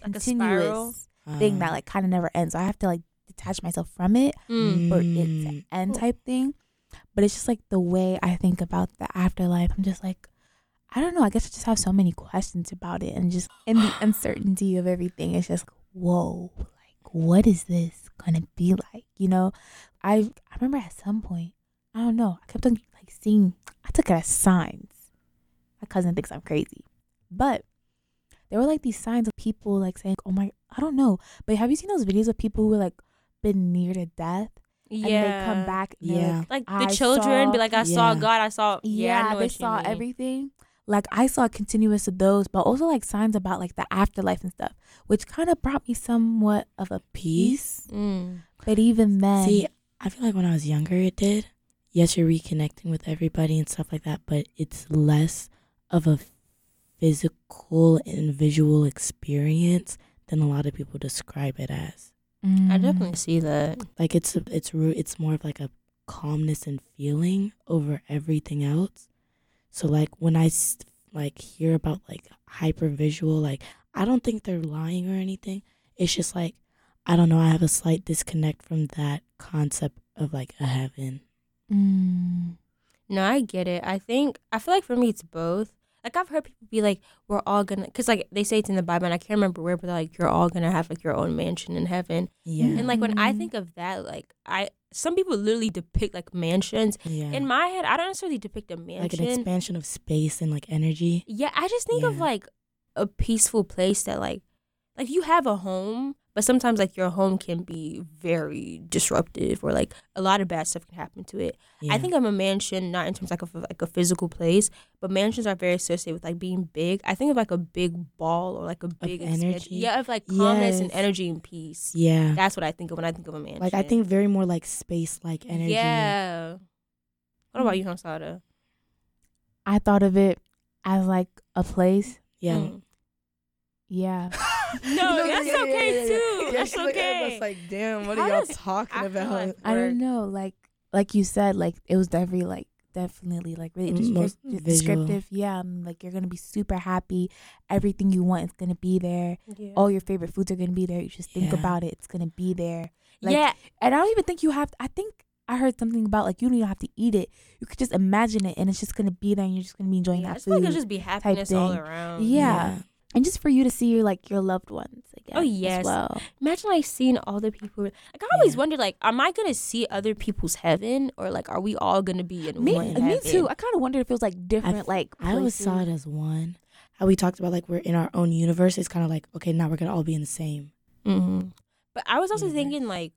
Speaker 3: Like a
Speaker 2: continuous
Speaker 3: spiral?
Speaker 1: um,
Speaker 2: thing
Speaker 1: Uh-huh.
Speaker 2: that like kind of never ends. I have to like detach myself from it
Speaker 3: mm.
Speaker 2: for it to
Speaker 1: Mm.
Speaker 2: end type thing. But it's just like the way I think about the afterlife. I'm just like, I don't know. I guess I just have so many questions about it and just and the uncertainty of everything. It's just whoa, like what is this gonna be like? You know, I I remember at some point, I don't know. I kept on like seeing. I took it as signs. My cousin thinks I'm crazy, but there were like these signs of people like saying, "Oh my, I don't know." But have you seen those videos of people who were like been near to death?
Speaker 3: yeah.
Speaker 2: and they come back. and they're
Speaker 1: Yeah.
Speaker 2: like,
Speaker 3: Like the
Speaker 2: I
Speaker 3: children
Speaker 2: saw-
Speaker 3: be like, I saw
Speaker 1: Yeah.
Speaker 3: God, I saw
Speaker 2: yeah,
Speaker 3: Yeah, I know
Speaker 2: they
Speaker 3: what you
Speaker 2: saw
Speaker 3: mean.
Speaker 2: everything. Like I saw continuous of those, but also like signs about like the afterlife and stuff, which kind of brought me somewhat of a peace.
Speaker 3: Mm.
Speaker 2: But even then,
Speaker 1: See, I feel like when I was younger, it did. Yes, you're reconnecting with everybody and stuff like that, but it's less of a physical and visual experience than a lot of people describe it as.
Speaker 3: I
Speaker 2: Mm.
Speaker 3: definitely see that.
Speaker 1: Like it's it's ru- it's more of like a calmness and feeling over everything else. So like when I s- like hear about like hypervisual, like I don't think they're lying or anything. It's just like I don't know. I have a slight disconnect from that concept of like a heaven.
Speaker 2: Mm.
Speaker 3: No, I get it. I think I feel like for me it's both. Like I've heard people be like, "We're all gonna," because like they say it's in the Bible, and I can't remember where, but they're like, "You're all gonna have like your own mansion in heaven."
Speaker 1: Yeah.
Speaker 3: And like when I
Speaker 1: Mm-hmm.
Speaker 2: Mhm.
Speaker 3: think of that, like I some people literally depict like mansions.
Speaker 1: Yeah.
Speaker 3: In my head, I don't necessarily depict a
Speaker 1: like an
Speaker 3: mansion.
Speaker 1: expansion of space and like energy.
Speaker 3: yeah, I just think of
Speaker 1: Yeah.
Speaker 3: like a peaceful place that like, like you have a home, but sometimes like your home can be very disruptive, or like a lot of bad stuff can happen to it.
Speaker 1: Yeah.
Speaker 3: I think I'm a mansion, not in terms like of like a physical place, but mansions are very associated with like being big. I think of like a big ball or like a big expansion.
Speaker 1: energy.
Speaker 3: Yeah, of like calmness and
Speaker 1: Yes.
Speaker 3: energy and peace.
Speaker 1: Yeah.
Speaker 3: That's what I think of when I think of a mansion.
Speaker 1: like I think very more like space like energy. Mm.
Speaker 3: Yeah. What about you, Hamsada?
Speaker 2: I thought of it as like a place.
Speaker 1: Yeah.
Speaker 3: Mm.
Speaker 2: Yeah,
Speaker 3: No, that's okay too. that's okay.
Speaker 1: like, damn,
Speaker 3: what are How y'all does-
Speaker 1: talking
Speaker 3: I feel about? like-
Speaker 2: I
Speaker 3: Word.
Speaker 2: don't know. Like like you said, like it was definitely like definitely like really
Speaker 1: Mm,
Speaker 2: descrip-
Speaker 1: most
Speaker 2: de-
Speaker 1: visual.
Speaker 2: descriptive. Yeah, um, like you're gonna be super happy. Everything you want is gonna be there.
Speaker 3: yeah.
Speaker 2: All your favorite foods are gonna be there. You just think
Speaker 1: Yeah.
Speaker 2: about it. It's gonna be there. Like,
Speaker 3: yeah.
Speaker 2: And I don't even think you have. I think I heard something about like you don't even have to eat it. You could just imagine it, and it's just gonna be there, and you're just gonna be enjoying
Speaker 3: yeah. I
Speaker 2: that
Speaker 3: just feel
Speaker 2: food.
Speaker 3: like it'll just be happiness all
Speaker 2: thing.
Speaker 3: around.
Speaker 2: Yeah. and just for you to see your like your loved ones again.
Speaker 3: Oh,
Speaker 2: As
Speaker 3: yes.
Speaker 2: well.
Speaker 3: Imagine like seeing all the people. Like I always
Speaker 1: Yeah.
Speaker 3: wonder, like, am I gonna see other people's heaven, or like, are we all gonna be in
Speaker 2: Me,
Speaker 3: one?
Speaker 2: me
Speaker 3: heaven?
Speaker 2: too. I kind of wonder if it was like different.
Speaker 1: f-
Speaker 2: like
Speaker 1: I always
Speaker 2: places.
Speaker 1: saw it as one. How we talked about like we're in our own universe. It's kind of like okay, now we're gonna all be in the same.
Speaker 3: Mm-hmm. But I was also
Speaker 2: Mm-hmm.
Speaker 1: Universe.
Speaker 3: thinking like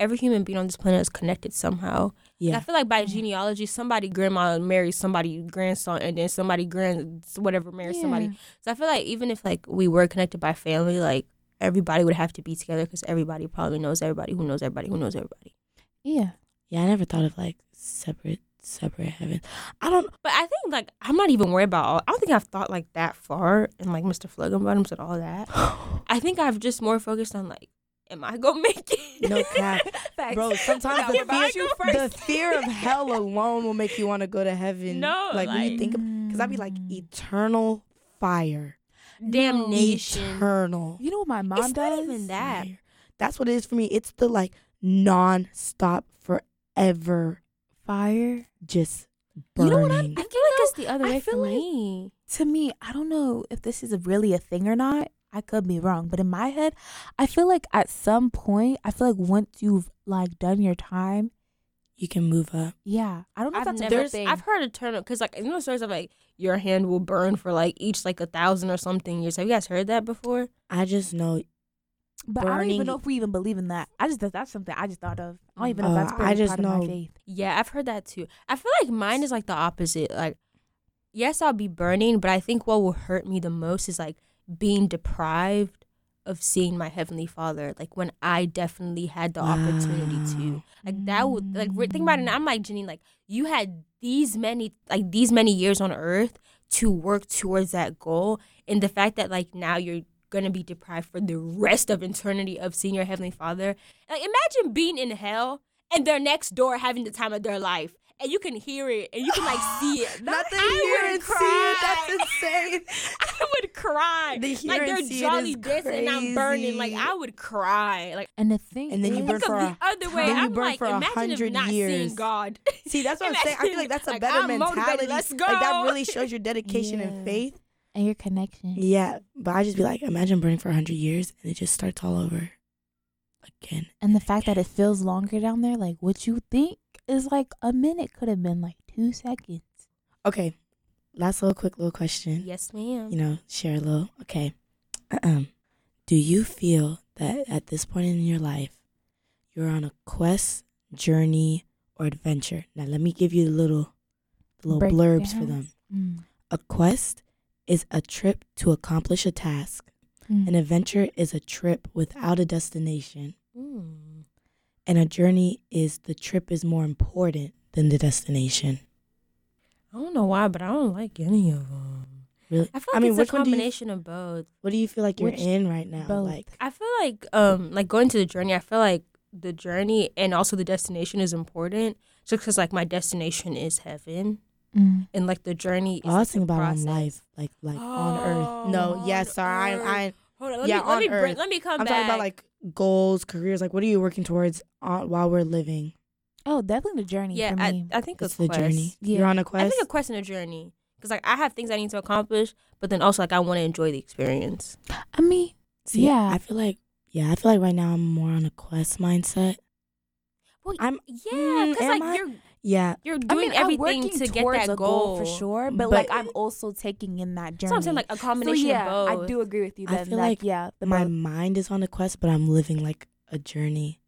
Speaker 3: every human being on this planet is connected somehow.
Speaker 1: Yeah.
Speaker 3: I feel like by genealogy, somebody grandma marries somebody grandson, and then somebody grand whatever marries somebody.
Speaker 2: Yeah.
Speaker 3: So I feel like even if like we were connected by family, like everybody would have to be together because everybody probably knows everybody who knows everybody who knows everybody.
Speaker 2: Yeah.
Speaker 1: yeah. I never thought of like separate separate heavens. I don't.
Speaker 3: But I think like I'm not even worried about all. I don't think I've thought like that far and like Mr. Fluggenbottoms and all that. I think I've just more focused on like, am I gonna make it?
Speaker 1: No cap.
Speaker 4: Facts.
Speaker 1: Bro, sometimes the
Speaker 4: If I
Speaker 1: fear,
Speaker 4: go first.
Speaker 1: the fear of hell alone will make you want to go to heaven.
Speaker 3: No,
Speaker 1: like, when you
Speaker 3: like-
Speaker 1: think, because I'd be like
Speaker 2: Mm.
Speaker 1: eternal fire,
Speaker 3: Damnation.
Speaker 1: eternal.
Speaker 2: You know what my mom
Speaker 3: it's
Speaker 2: does?
Speaker 3: not even that.
Speaker 1: fire. That's what it is for me. It's the like non-stop forever,
Speaker 2: Fire.
Speaker 1: just
Speaker 3: You
Speaker 1: burning.
Speaker 3: know what I feel like it's the other
Speaker 2: I
Speaker 3: way
Speaker 2: feel
Speaker 3: for
Speaker 2: like-
Speaker 3: me.
Speaker 2: To me, I don't know if this is really a thing or not. I could be wrong, but in my head, I feel like at some point, I feel like once you've like done your time,
Speaker 1: you can move up.
Speaker 2: yeah, I don't know
Speaker 3: I've
Speaker 2: if that's
Speaker 3: never.
Speaker 2: a thing.
Speaker 3: I've heard a term because like you know stories of like your hand will burn for like each like a thousand or something years. Have you guys heard that before?
Speaker 1: I just know.
Speaker 2: but I don't
Speaker 1: burning-
Speaker 2: even know if we even believe in that. I just that- that's something I just thought of. I don't even know
Speaker 1: Uh,
Speaker 2: if that's
Speaker 1: I
Speaker 2: I
Speaker 1: just
Speaker 2: part of
Speaker 1: know-
Speaker 2: my faith.
Speaker 3: Yeah, I've heard that too. I feel like mine is like the opposite. Like, yes, I'll be burning, but I think what will hurt me the most is like being deprived of seeing my heavenly father. Like when I definitely had the opportunity to. Like that would like re- think about it. Now. I'm like Jenny. Like you had these many like these many years on earth to work towards that goal, and the fact that like now you're gonna be deprived for the rest of eternity of seeing your heavenly father. Like imagine being in hell and they're next door having the time of their life. And you can hear it and you can like see it.
Speaker 1: Not the
Speaker 3: I
Speaker 1: hear
Speaker 3: would
Speaker 1: and
Speaker 3: cry.
Speaker 1: see. That's insane.
Speaker 3: I would cry.
Speaker 1: The hear
Speaker 3: like
Speaker 1: and
Speaker 3: they're
Speaker 1: see it
Speaker 3: jolly
Speaker 1: is
Speaker 3: dancing and I'm burning. Like
Speaker 1: crazy.
Speaker 3: I would cry. Like
Speaker 2: And the thing,
Speaker 1: And then you
Speaker 2: is-
Speaker 1: burn
Speaker 3: think
Speaker 1: for
Speaker 3: of
Speaker 1: a-
Speaker 3: the other way.
Speaker 1: then you
Speaker 3: I'm
Speaker 1: burn
Speaker 3: like,
Speaker 1: for a
Speaker 3: imagine if
Speaker 1: hundred
Speaker 3: not
Speaker 1: years.
Speaker 3: seeing God.
Speaker 1: See, that's what I'm saying. I feel like that's a
Speaker 3: Like,
Speaker 1: better
Speaker 3: I'm motivated.
Speaker 1: mentality.
Speaker 3: Let's
Speaker 1: Like that
Speaker 3: go.
Speaker 1: really shows your dedication and
Speaker 2: Yeah.
Speaker 1: faith.
Speaker 2: and your connection.
Speaker 1: Yeah, but I just be like, imagine burning for hundred years and it just starts all over again.
Speaker 2: And the fact that it feels longer down there, like what you think is like a minute could have been like two seconds.
Speaker 1: Okay, last little quick little question.
Speaker 3: yes, ma'am.
Speaker 1: You know, share a little. Okay, um, do you feel that at this point in your life, you're on a quest, journey, or adventure? Now, let me give you the little, the little blurbs for
Speaker 2: Breakdowns.
Speaker 1: them.
Speaker 2: Mm.
Speaker 1: A quest is a trip to accomplish a task.
Speaker 2: Mm-hmm.
Speaker 1: An adventure is a trip without a destination,
Speaker 3: Mm.
Speaker 1: and a journey is the trip is more important than the destination.
Speaker 3: I don't know why, but I don't like any of them.
Speaker 1: Really?
Speaker 3: I feel like it's
Speaker 1: one
Speaker 3: a
Speaker 1: do you-
Speaker 3: combination of both.
Speaker 1: what do you feel like you're
Speaker 2: Which-
Speaker 1: in right now?
Speaker 2: both.
Speaker 1: Like,
Speaker 3: I feel like um like going to the journey. I feel like the journey and also the destination is important. Just because like my destination is heaven,
Speaker 2: Mm.
Speaker 3: and like the journey. Is
Speaker 1: Oh, I was
Speaker 3: like,
Speaker 1: thinking
Speaker 3: the
Speaker 1: about
Speaker 3: process.
Speaker 1: on life, like like on
Speaker 3: Oh,
Speaker 1: earth. No,
Speaker 3: on
Speaker 1: yeah, sorry,
Speaker 3: earth.
Speaker 1: I, I
Speaker 3: Hold on, let
Speaker 1: Yeah,
Speaker 3: me let
Speaker 1: on
Speaker 3: me bring,
Speaker 1: earth.
Speaker 3: let me come
Speaker 1: I'm
Speaker 3: back.
Speaker 1: talking about like goals, careers. Like, what are you working towards on, while we're living?
Speaker 2: Oh, definitely the journey
Speaker 3: yeah,
Speaker 2: for
Speaker 3: I,
Speaker 2: me.
Speaker 3: I think
Speaker 1: It's
Speaker 3: a
Speaker 1: the
Speaker 3: quest.
Speaker 1: journey.
Speaker 2: Yeah.
Speaker 1: You're on a quest.
Speaker 3: I think a quest and a journey because like I have things I need to accomplish, but then also like I want to enjoy the experience.
Speaker 2: I, mean,
Speaker 1: See,
Speaker 2: yeah.
Speaker 1: I feel like yeah, I feel like right now I'm more on a quest mindset.
Speaker 3: Well,
Speaker 1: I'm
Speaker 3: yeah,
Speaker 1: mm,
Speaker 3: because
Speaker 1: am
Speaker 3: like
Speaker 1: I?
Speaker 3: you're
Speaker 1: yeah,
Speaker 3: you're
Speaker 2: I
Speaker 3: doing
Speaker 2: mean, I'm
Speaker 3: everything
Speaker 2: working
Speaker 3: to get
Speaker 2: towards
Speaker 3: that
Speaker 2: a goal. for sure, but, like
Speaker 1: But-
Speaker 2: I'm also taking in that journey.
Speaker 3: That's what I'm saying, like a
Speaker 2: so
Speaker 3: combination
Speaker 2: yeah,
Speaker 3: of both.
Speaker 2: I do agree with you.
Speaker 1: I
Speaker 2: Then,
Speaker 1: feel
Speaker 2: like,
Speaker 1: like
Speaker 2: yeah, the
Speaker 1: my
Speaker 2: both.
Speaker 1: mind is on a quest, but I'm living like a journey.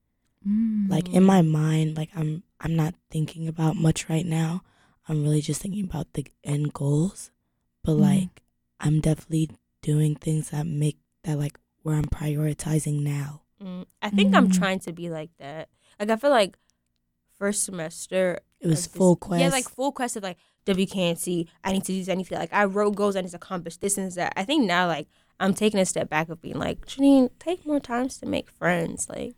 Speaker 2: Mm.
Speaker 1: Like
Speaker 3: Mm-hmm.
Speaker 1: in my mind, like I'm I'm not thinking about much right now. I'm really just thinking about the end goals. But
Speaker 3: Mm-hmm.
Speaker 2: Mhm.
Speaker 1: like I'm definitely doing things that make that like where I'm prioritizing now.
Speaker 3: Mm, I think I'm
Speaker 2: Mm.
Speaker 3: trying to be like that. Like I feel like first semester
Speaker 1: It was
Speaker 3: like, this-
Speaker 1: full quest.
Speaker 3: Yeah, like full quest of like WKNC. I need to do this. I need to like I wrote goals. I need to accomplish this and that. I think now like I'm taking a step back of being like Janine, take more times to make friends. Like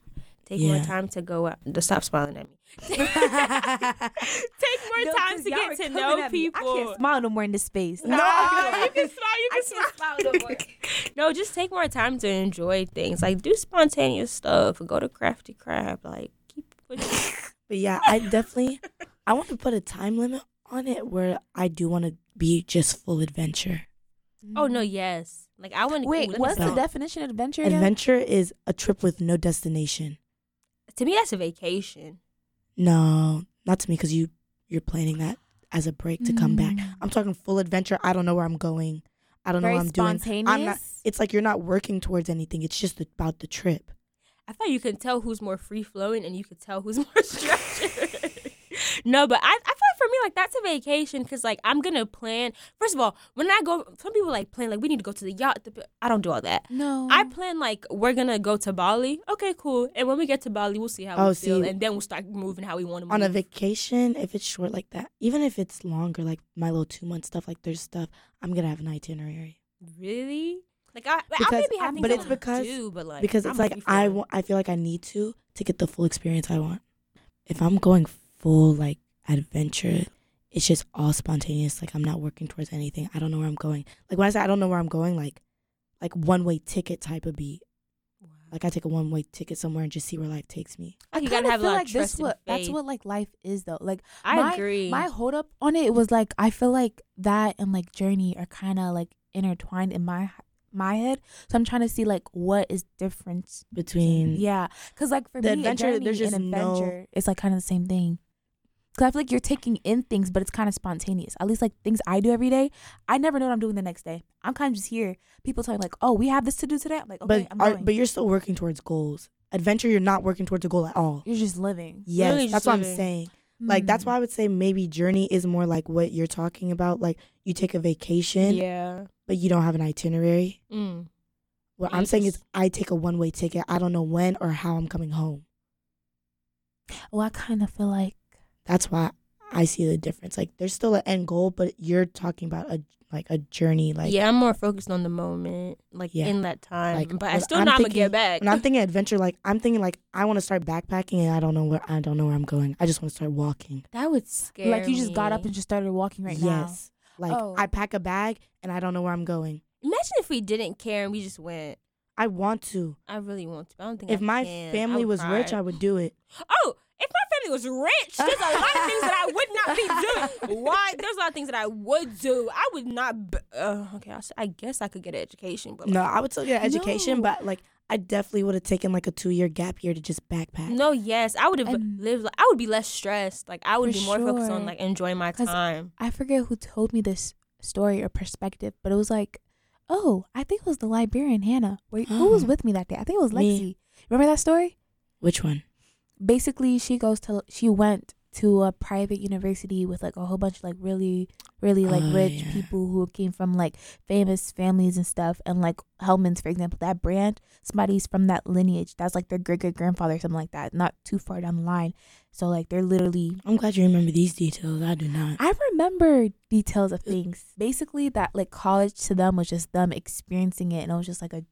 Speaker 3: take
Speaker 1: Yeah.
Speaker 3: more time to go out. To stop smiling at me. take more time to get to know people.
Speaker 2: I can't smile no more in this space.
Speaker 3: No, you can smile. You can smile. no more. no, just take more time to enjoy things. Like do spontaneous stuff. Go to Crafty Crab. Like keep pushing.
Speaker 1: But yeah, I definitely I want to put a time limit on it where I do want to be just full adventure.
Speaker 3: oh no, yes. Like I want.
Speaker 2: Wait, what's the
Speaker 1: stop.
Speaker 2: definition of adventure? again?
Speaker 1: Adventure is a trip with no destination.
Speaker 3: To me, that's a vacation.
Speaker 1: No, not to me because you you're planning that as a break to come back.
Speaker 2: Mm.
Speaker 1: I'm talking full adventure. I don't know where I'm going. I don't
Speaker 2: Very
Speaker 1: know what I'm doing. I'm not.
Speaker 2: spontaneous?
Speaker 1: It's like you're not working towards anything. It's just about the trip.
Speaker 3: I thought you can tell who's more free flowing and you can tell who's more structured. no, but I, I thought for me feel like that's a vacation because like I'm gonna plan. First of all, when I go, some people like plan like we need to go to the yacht. The- I don't do all that.
Speaker 2: No.
Speaker 3: I plan like we're gonna go to Bali. Okay, cool. And when we get to Bali, we'll see how
Speaker 1: Oh,
Speaker 3: we feel,
Speaker 1: see.
Speaker 3: and then we'll start moving how we want to move.
Speaker 1: on a vacation, if it's short like that, even if it's longer, like my little two month stuff, like there's stuff, I'm gonna have an itinerary
Speaker 3: really? Like I, I
Speaker 1: Because-
Speaker 3: maybe have things
Speaker 1: but
Speaker 3: I
Speaker 1: it's
Speaker 3: wanna
Speaker 1: because-
Speaker 3: do, but like
Speaker 1: because
Speaker 3: I'm
Speaker 1: it's
Speaker 3: a
Speaker 1: like
Speaker 3: free
Speaker 1: I
Speaker 3: flower.
Speaker 1: want. I feel like I need to to get the full experience I want. If I'm going full like adventure, it's just all spontaneous. Like I'm not working towards anything. I don't know where I'm going. Like when I say I don't know where I'm going, like like one way ticket type of beat. Like I take a one way ticket somewhere and just see where life takes me.
Speaker 2: I
Speaker 3: You gotta
Speaker 2: kind of
Speaker 3: have a
Speaker 2: feel
Speaker 3: lot of
Speaker 2: like
Speaker 3: trust
Speaker 2: this
Speaker 3: and
Speaker 2: what that's
Speaker 3: faith.
Speaker 2: what like life is though. Like
Speaker 3: I
Speaker 2: my,
Speaker 3: agree.
Speaker 2: My hold up on it was like I feel like that and like journey are kind of like intertwined in my my head. So I'm trying to see like what is different.
Speaker 1: Between
Speaker 2: Yeah, because like for
Speaker 1: Mm. The
Speaker 2: me,
Speaker 1: adventure,
Speaker 2: a journey
Speaker 1: there's just
Speaker 2: and
Speaker 1: no-
Speaker 2: adventure. It's like kind of the same thing. Cause I feel like you're taking in things, but it's kind of spontaneous. At least like things I do every day, I never know what I'm doing the next day. I'm kind of just here. People tell me like, "Oh, we have this to do today." I'm like, "Okay,
Speaker 1: but
Speaker 2: I'm
Speaker 1: are,
Speaker 2: going."
Speaker 1: but you're still working towards goals. Adventure, you're not working towards a goal at all.
Speaker 2: you're just living.
Speaker 1: Yes,
Speaker 3: Really just
Speaker 1: that's what I'm
Speaker 3: living.
Speaker 1: saying. Like that's
Speaker 2: Hmm.
Speaker 1: why I would say maybe journey is more like what you're talking about. Like you take a vacation,
Speaker 3: yeah.
Speaker 1: but you don't have an itinerary.
Speaker 3: Mm.
Speaker 1: What
Speaker 3: You
Speaker 1: I'm saying is
Speaker 3: just-
Speaker 1: I take a one way ticket. I don't know when or how I'm coming home.
Speaker 2: Well, I kind of feel like
Speaker 1: That's why I see the difference. Like there's still an end goal, but you're talking about a like a journey. Like
Speaker 3: yeah, I'm more focused on the moment, like
Speaker 1: Yeah.
Speaker 3: in that time.
Speaker 1: Like,
Speaker 3: but I
Speaker 1: when
Speaker 3: still
Speaker 1: I'm
Speaker 3: know I'm gonna
Speaker 1: thinking-
Speaker 3: get back.
Speaker 1: when I'm thinking adventure, like I'm thinking like I want to start backpacking and I don't know where I don't know where I'm going. I just want to start walking.
Speaker 3: that would scare.
Speaker 2: like you just got up
Speaker 3: me.
Speaker 2: and just started walking right now.
Speaker 1: yes. Like
Speaker 2: Oh.
Speaker 1: I pack a bag and I don't know where I'm going.
Speaker 3: imagine if we didn't care and we just went.
Speaker 1: I want to.
Speaker 3: I really want to. but I don't think
Speaker 1: If
Speaker 3: I
Speaker 1: my
Speaker 3: can. I
Speaker 1: family
Speaker 3: would
Speaker 1: was rich,
Speaker 3: cry.
Speaker 1: I would do it.
Speaker 3: Oh, if my family was rich, there's a lot of things that I would not be doing. Why? There's a lot of things that I would do. I would not. b- Uh, okay, I, s- I guess I could get an education, but
Speaker 1: No,
Speaker 3: like,
Speaker 1: I would still get an education,
Speaker 2: No.
Speaker 1: but like I definitely would have taken like a two year gap year to just backpack.
Speaker 3: no. Yes, I would have
Speaker 2: And-
Speaker 3: lived. Like, I would be less stressed. Like I would
Speaker 2: For
Speaker 3: be more focused on
Speaker 2: sure.
Speaker 3: like enjoying my
Speaker 2: 'Cause
Speaker 3: time.
Speaker 2: I forget who told me this story or perspective, but it was like, oh, I think it was the librarian Hannah. Where, who was with me that day? I think it was Lexi.
Speaker 1: Me.
Speaker 2: Remember that story?
Speaker 1: Which one?
Speaker 2: Basically, she goes to she went to a private university with like a whole bunch of like really really like
Speaker 1: Oh,
Speaker 2: rich
Speaker 1: yeah.
Speaker 2: people who came from like famous families and stuff and like Hellman's for example that brand somebody's from that lineage that's like their great great grandfather or something like that not too far down the line so like they're literally
Speaker 1: I'm glad you remember these details. I do not.
Speaker 2: I remember details of things. Basically, that like college to them was just them experiencing it, and it was just like a,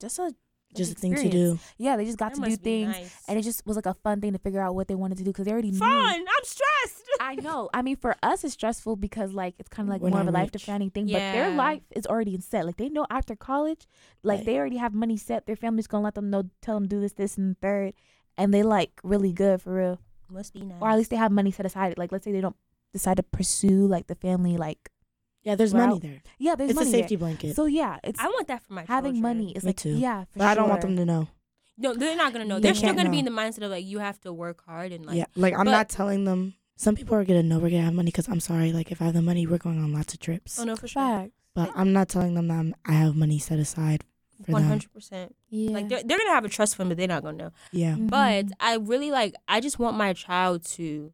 Speaker 2: just a, like,
Speaker 1: Just a thing to
Speaker 2: experience.
Speaker 1: do.
Speaker 2: Yeah, they just got
Speaker 3: That
Speaker 2: to do
Speaker 3: must be
Speaker 2: things,
Speaker 3: nice.
Speaker 2: and it just was like a fun thing to figure out what they wanted to do because they already
Speaker 3: fun.
Speaker 2: knew.
Speaker 3: I'm stressed.
Speaker 2: I know. I mean, for us, it's stressful because like it's kind of like
Speaker 1: We're
Speaker 2: more
Speaker 1: not
Speaker 2: of a
Speaker 1: rich.
Speaker 2: life defining thing. But their
Speaker 3: Yeah.
Speaker 2: life is already set. Like they know after college, like
Speaker 1: Right.
Speaker 2: they already have money set. Their family's gonna let them know, tell them do this, this, and the third, and they like really good for real
Speaker 3: Must be nice.
Speaker 2: or at least they have money set aside. Like let's say they don't decide to pursue like the family like
Speaker 1: Yeah, there's
Speaker 2: Wow.
Speaker 1: money there.
Speaker 2: yeah, there's
Speaker 1: it's
Speaker 2: money
Speaker 1: a
Speaker 2: there.
Speaker 1: safety blanket.
Speaker 2: So yeah, it's
Speaker 3: I want that for my
Speaker 2: having
Speaker 3: children.
Speaker 2: money. It's
Speaker 1: Me
Speaker 2: like
Speaker 1: too.
Speaker 2: yeah, for
Speaker 1: but I don't want
Speaker 2: sure.
Speaker 1: them to know.
Speaker 3: No, they're not gonna know.
Speaker 2: They
Speaker 3: They're still
Speaker 2: can't
Speaker 3: gonna be in
Speaker 1: know.
Speaker 3: the mindset of like you have to work hard and like
Speaker 1: yeah, like I'm
Speaker 3: but-
Speaker 1: not telling them. Some people are gonna know we're gonna have money because I'm sorry. Like if I have the money, we're going on lots of trips.
Speaker 3: oh no for sure
Speaker 2: Facts.
Speaker 1: but I'm not telling them that I'm, I have money set aside for
Speaker 3: one
Speaker 1: them.
Speaker 3: hundred percent.
Speaker 2: Yeah.
Speaker 3: Like they're they're gonna have a trust fund, but they're not gonna know.
Speaker 1: Yeah,
Speaker 3: But
Speaker 2: Mhm.
Speaker 3: I really like I just want my child to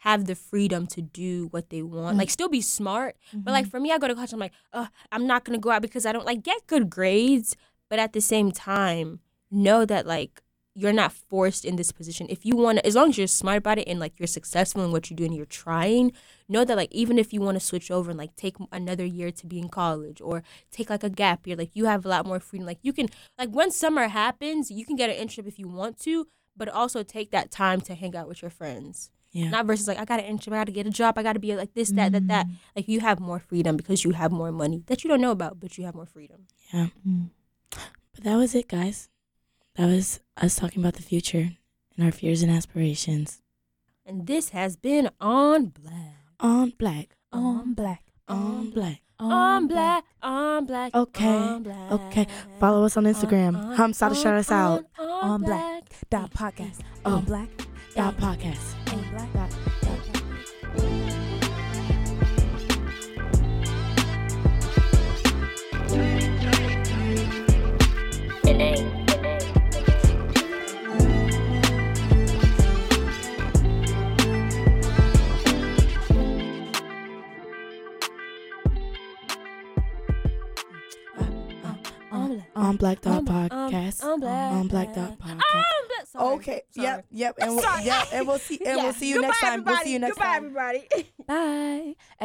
Speaker 3: have the freedom to do what they want. Like still be smart. But like
Speaker 2: Mhm.
Speaker 3: for me I go to college I'm like, uh, I'm not gonna go out because I don't like get good grades, but at the same time, know that like you're not forced in this position. If you want to, as long as you're smart about it and like you're successful in what you do and you're trying, know that like even if you want to switch over and like take another year to be in college or take like a gap year, like you have a lot more freedom. Like you can, like when summer happens, you can get an internship if you want to, but also take that time to hang out with your friends.
Speaker 1: yeah.
Speaker 3: Not versus like I got an internship, I got to get a job, I got to be like this, that, that, that. Like you have more freedom because you have more money that you don't know about, but you have more freedom.
Speaker 1: Mm.
Speaker 2: Mhm.
Speaker 1: But that was it, guys. That was us talking about the future and our fears and aspirations.
Speaker 3: And this has been on black.
Speaker 1: On black,
Speaker 2: on black,
Speaker 1: on black.
Speaker 3: On black, on black.
Speaker 1: Okay,
Speaker 3: on black.
Speaker 1: okay. Follow us on Instagram.
Speaker 3: On,
Speaker 1: Hamsa to
Speaker 3: on,
Speaker 1: shout us
Speaker 3: on,
Speaker 1: out.
Speaker 2: On black. dot podcast
Speaker 1: Oh.
Speaker 2: on black
Speaker 1: Dot podcast.
Speaker 2: on black dot. dot.
Speaker 3: black.
Speaker 1: on Black Dot
Speaker 3: I'm- I'm-
Speaker 1: Podcast.
Speaker 3: I'm black.
Speaker 1: On Black Dot Podcast.
Speaker 3: I'm black. Sorry.
Speaker 5: Okay.
Speaker 3: Sorry.
Speaker 5: Yep. Yep. And
Speaker 3: I'm
Speaker 5: we'll,
Speaker 3: sorry.
Speaker 5: yep. And we'll see. And
Speaker 3: Yeah.
Speaker 5: we'll see you
Speaker 3: Goodbye,
Speaker 5: next time. We'll see
Speaker 3: everybody.
Speaker 5: you next
Speaker 3: Goodbye,
Speaker 5: time.
Speaker 3: everybody.
Speaker 2: Bye.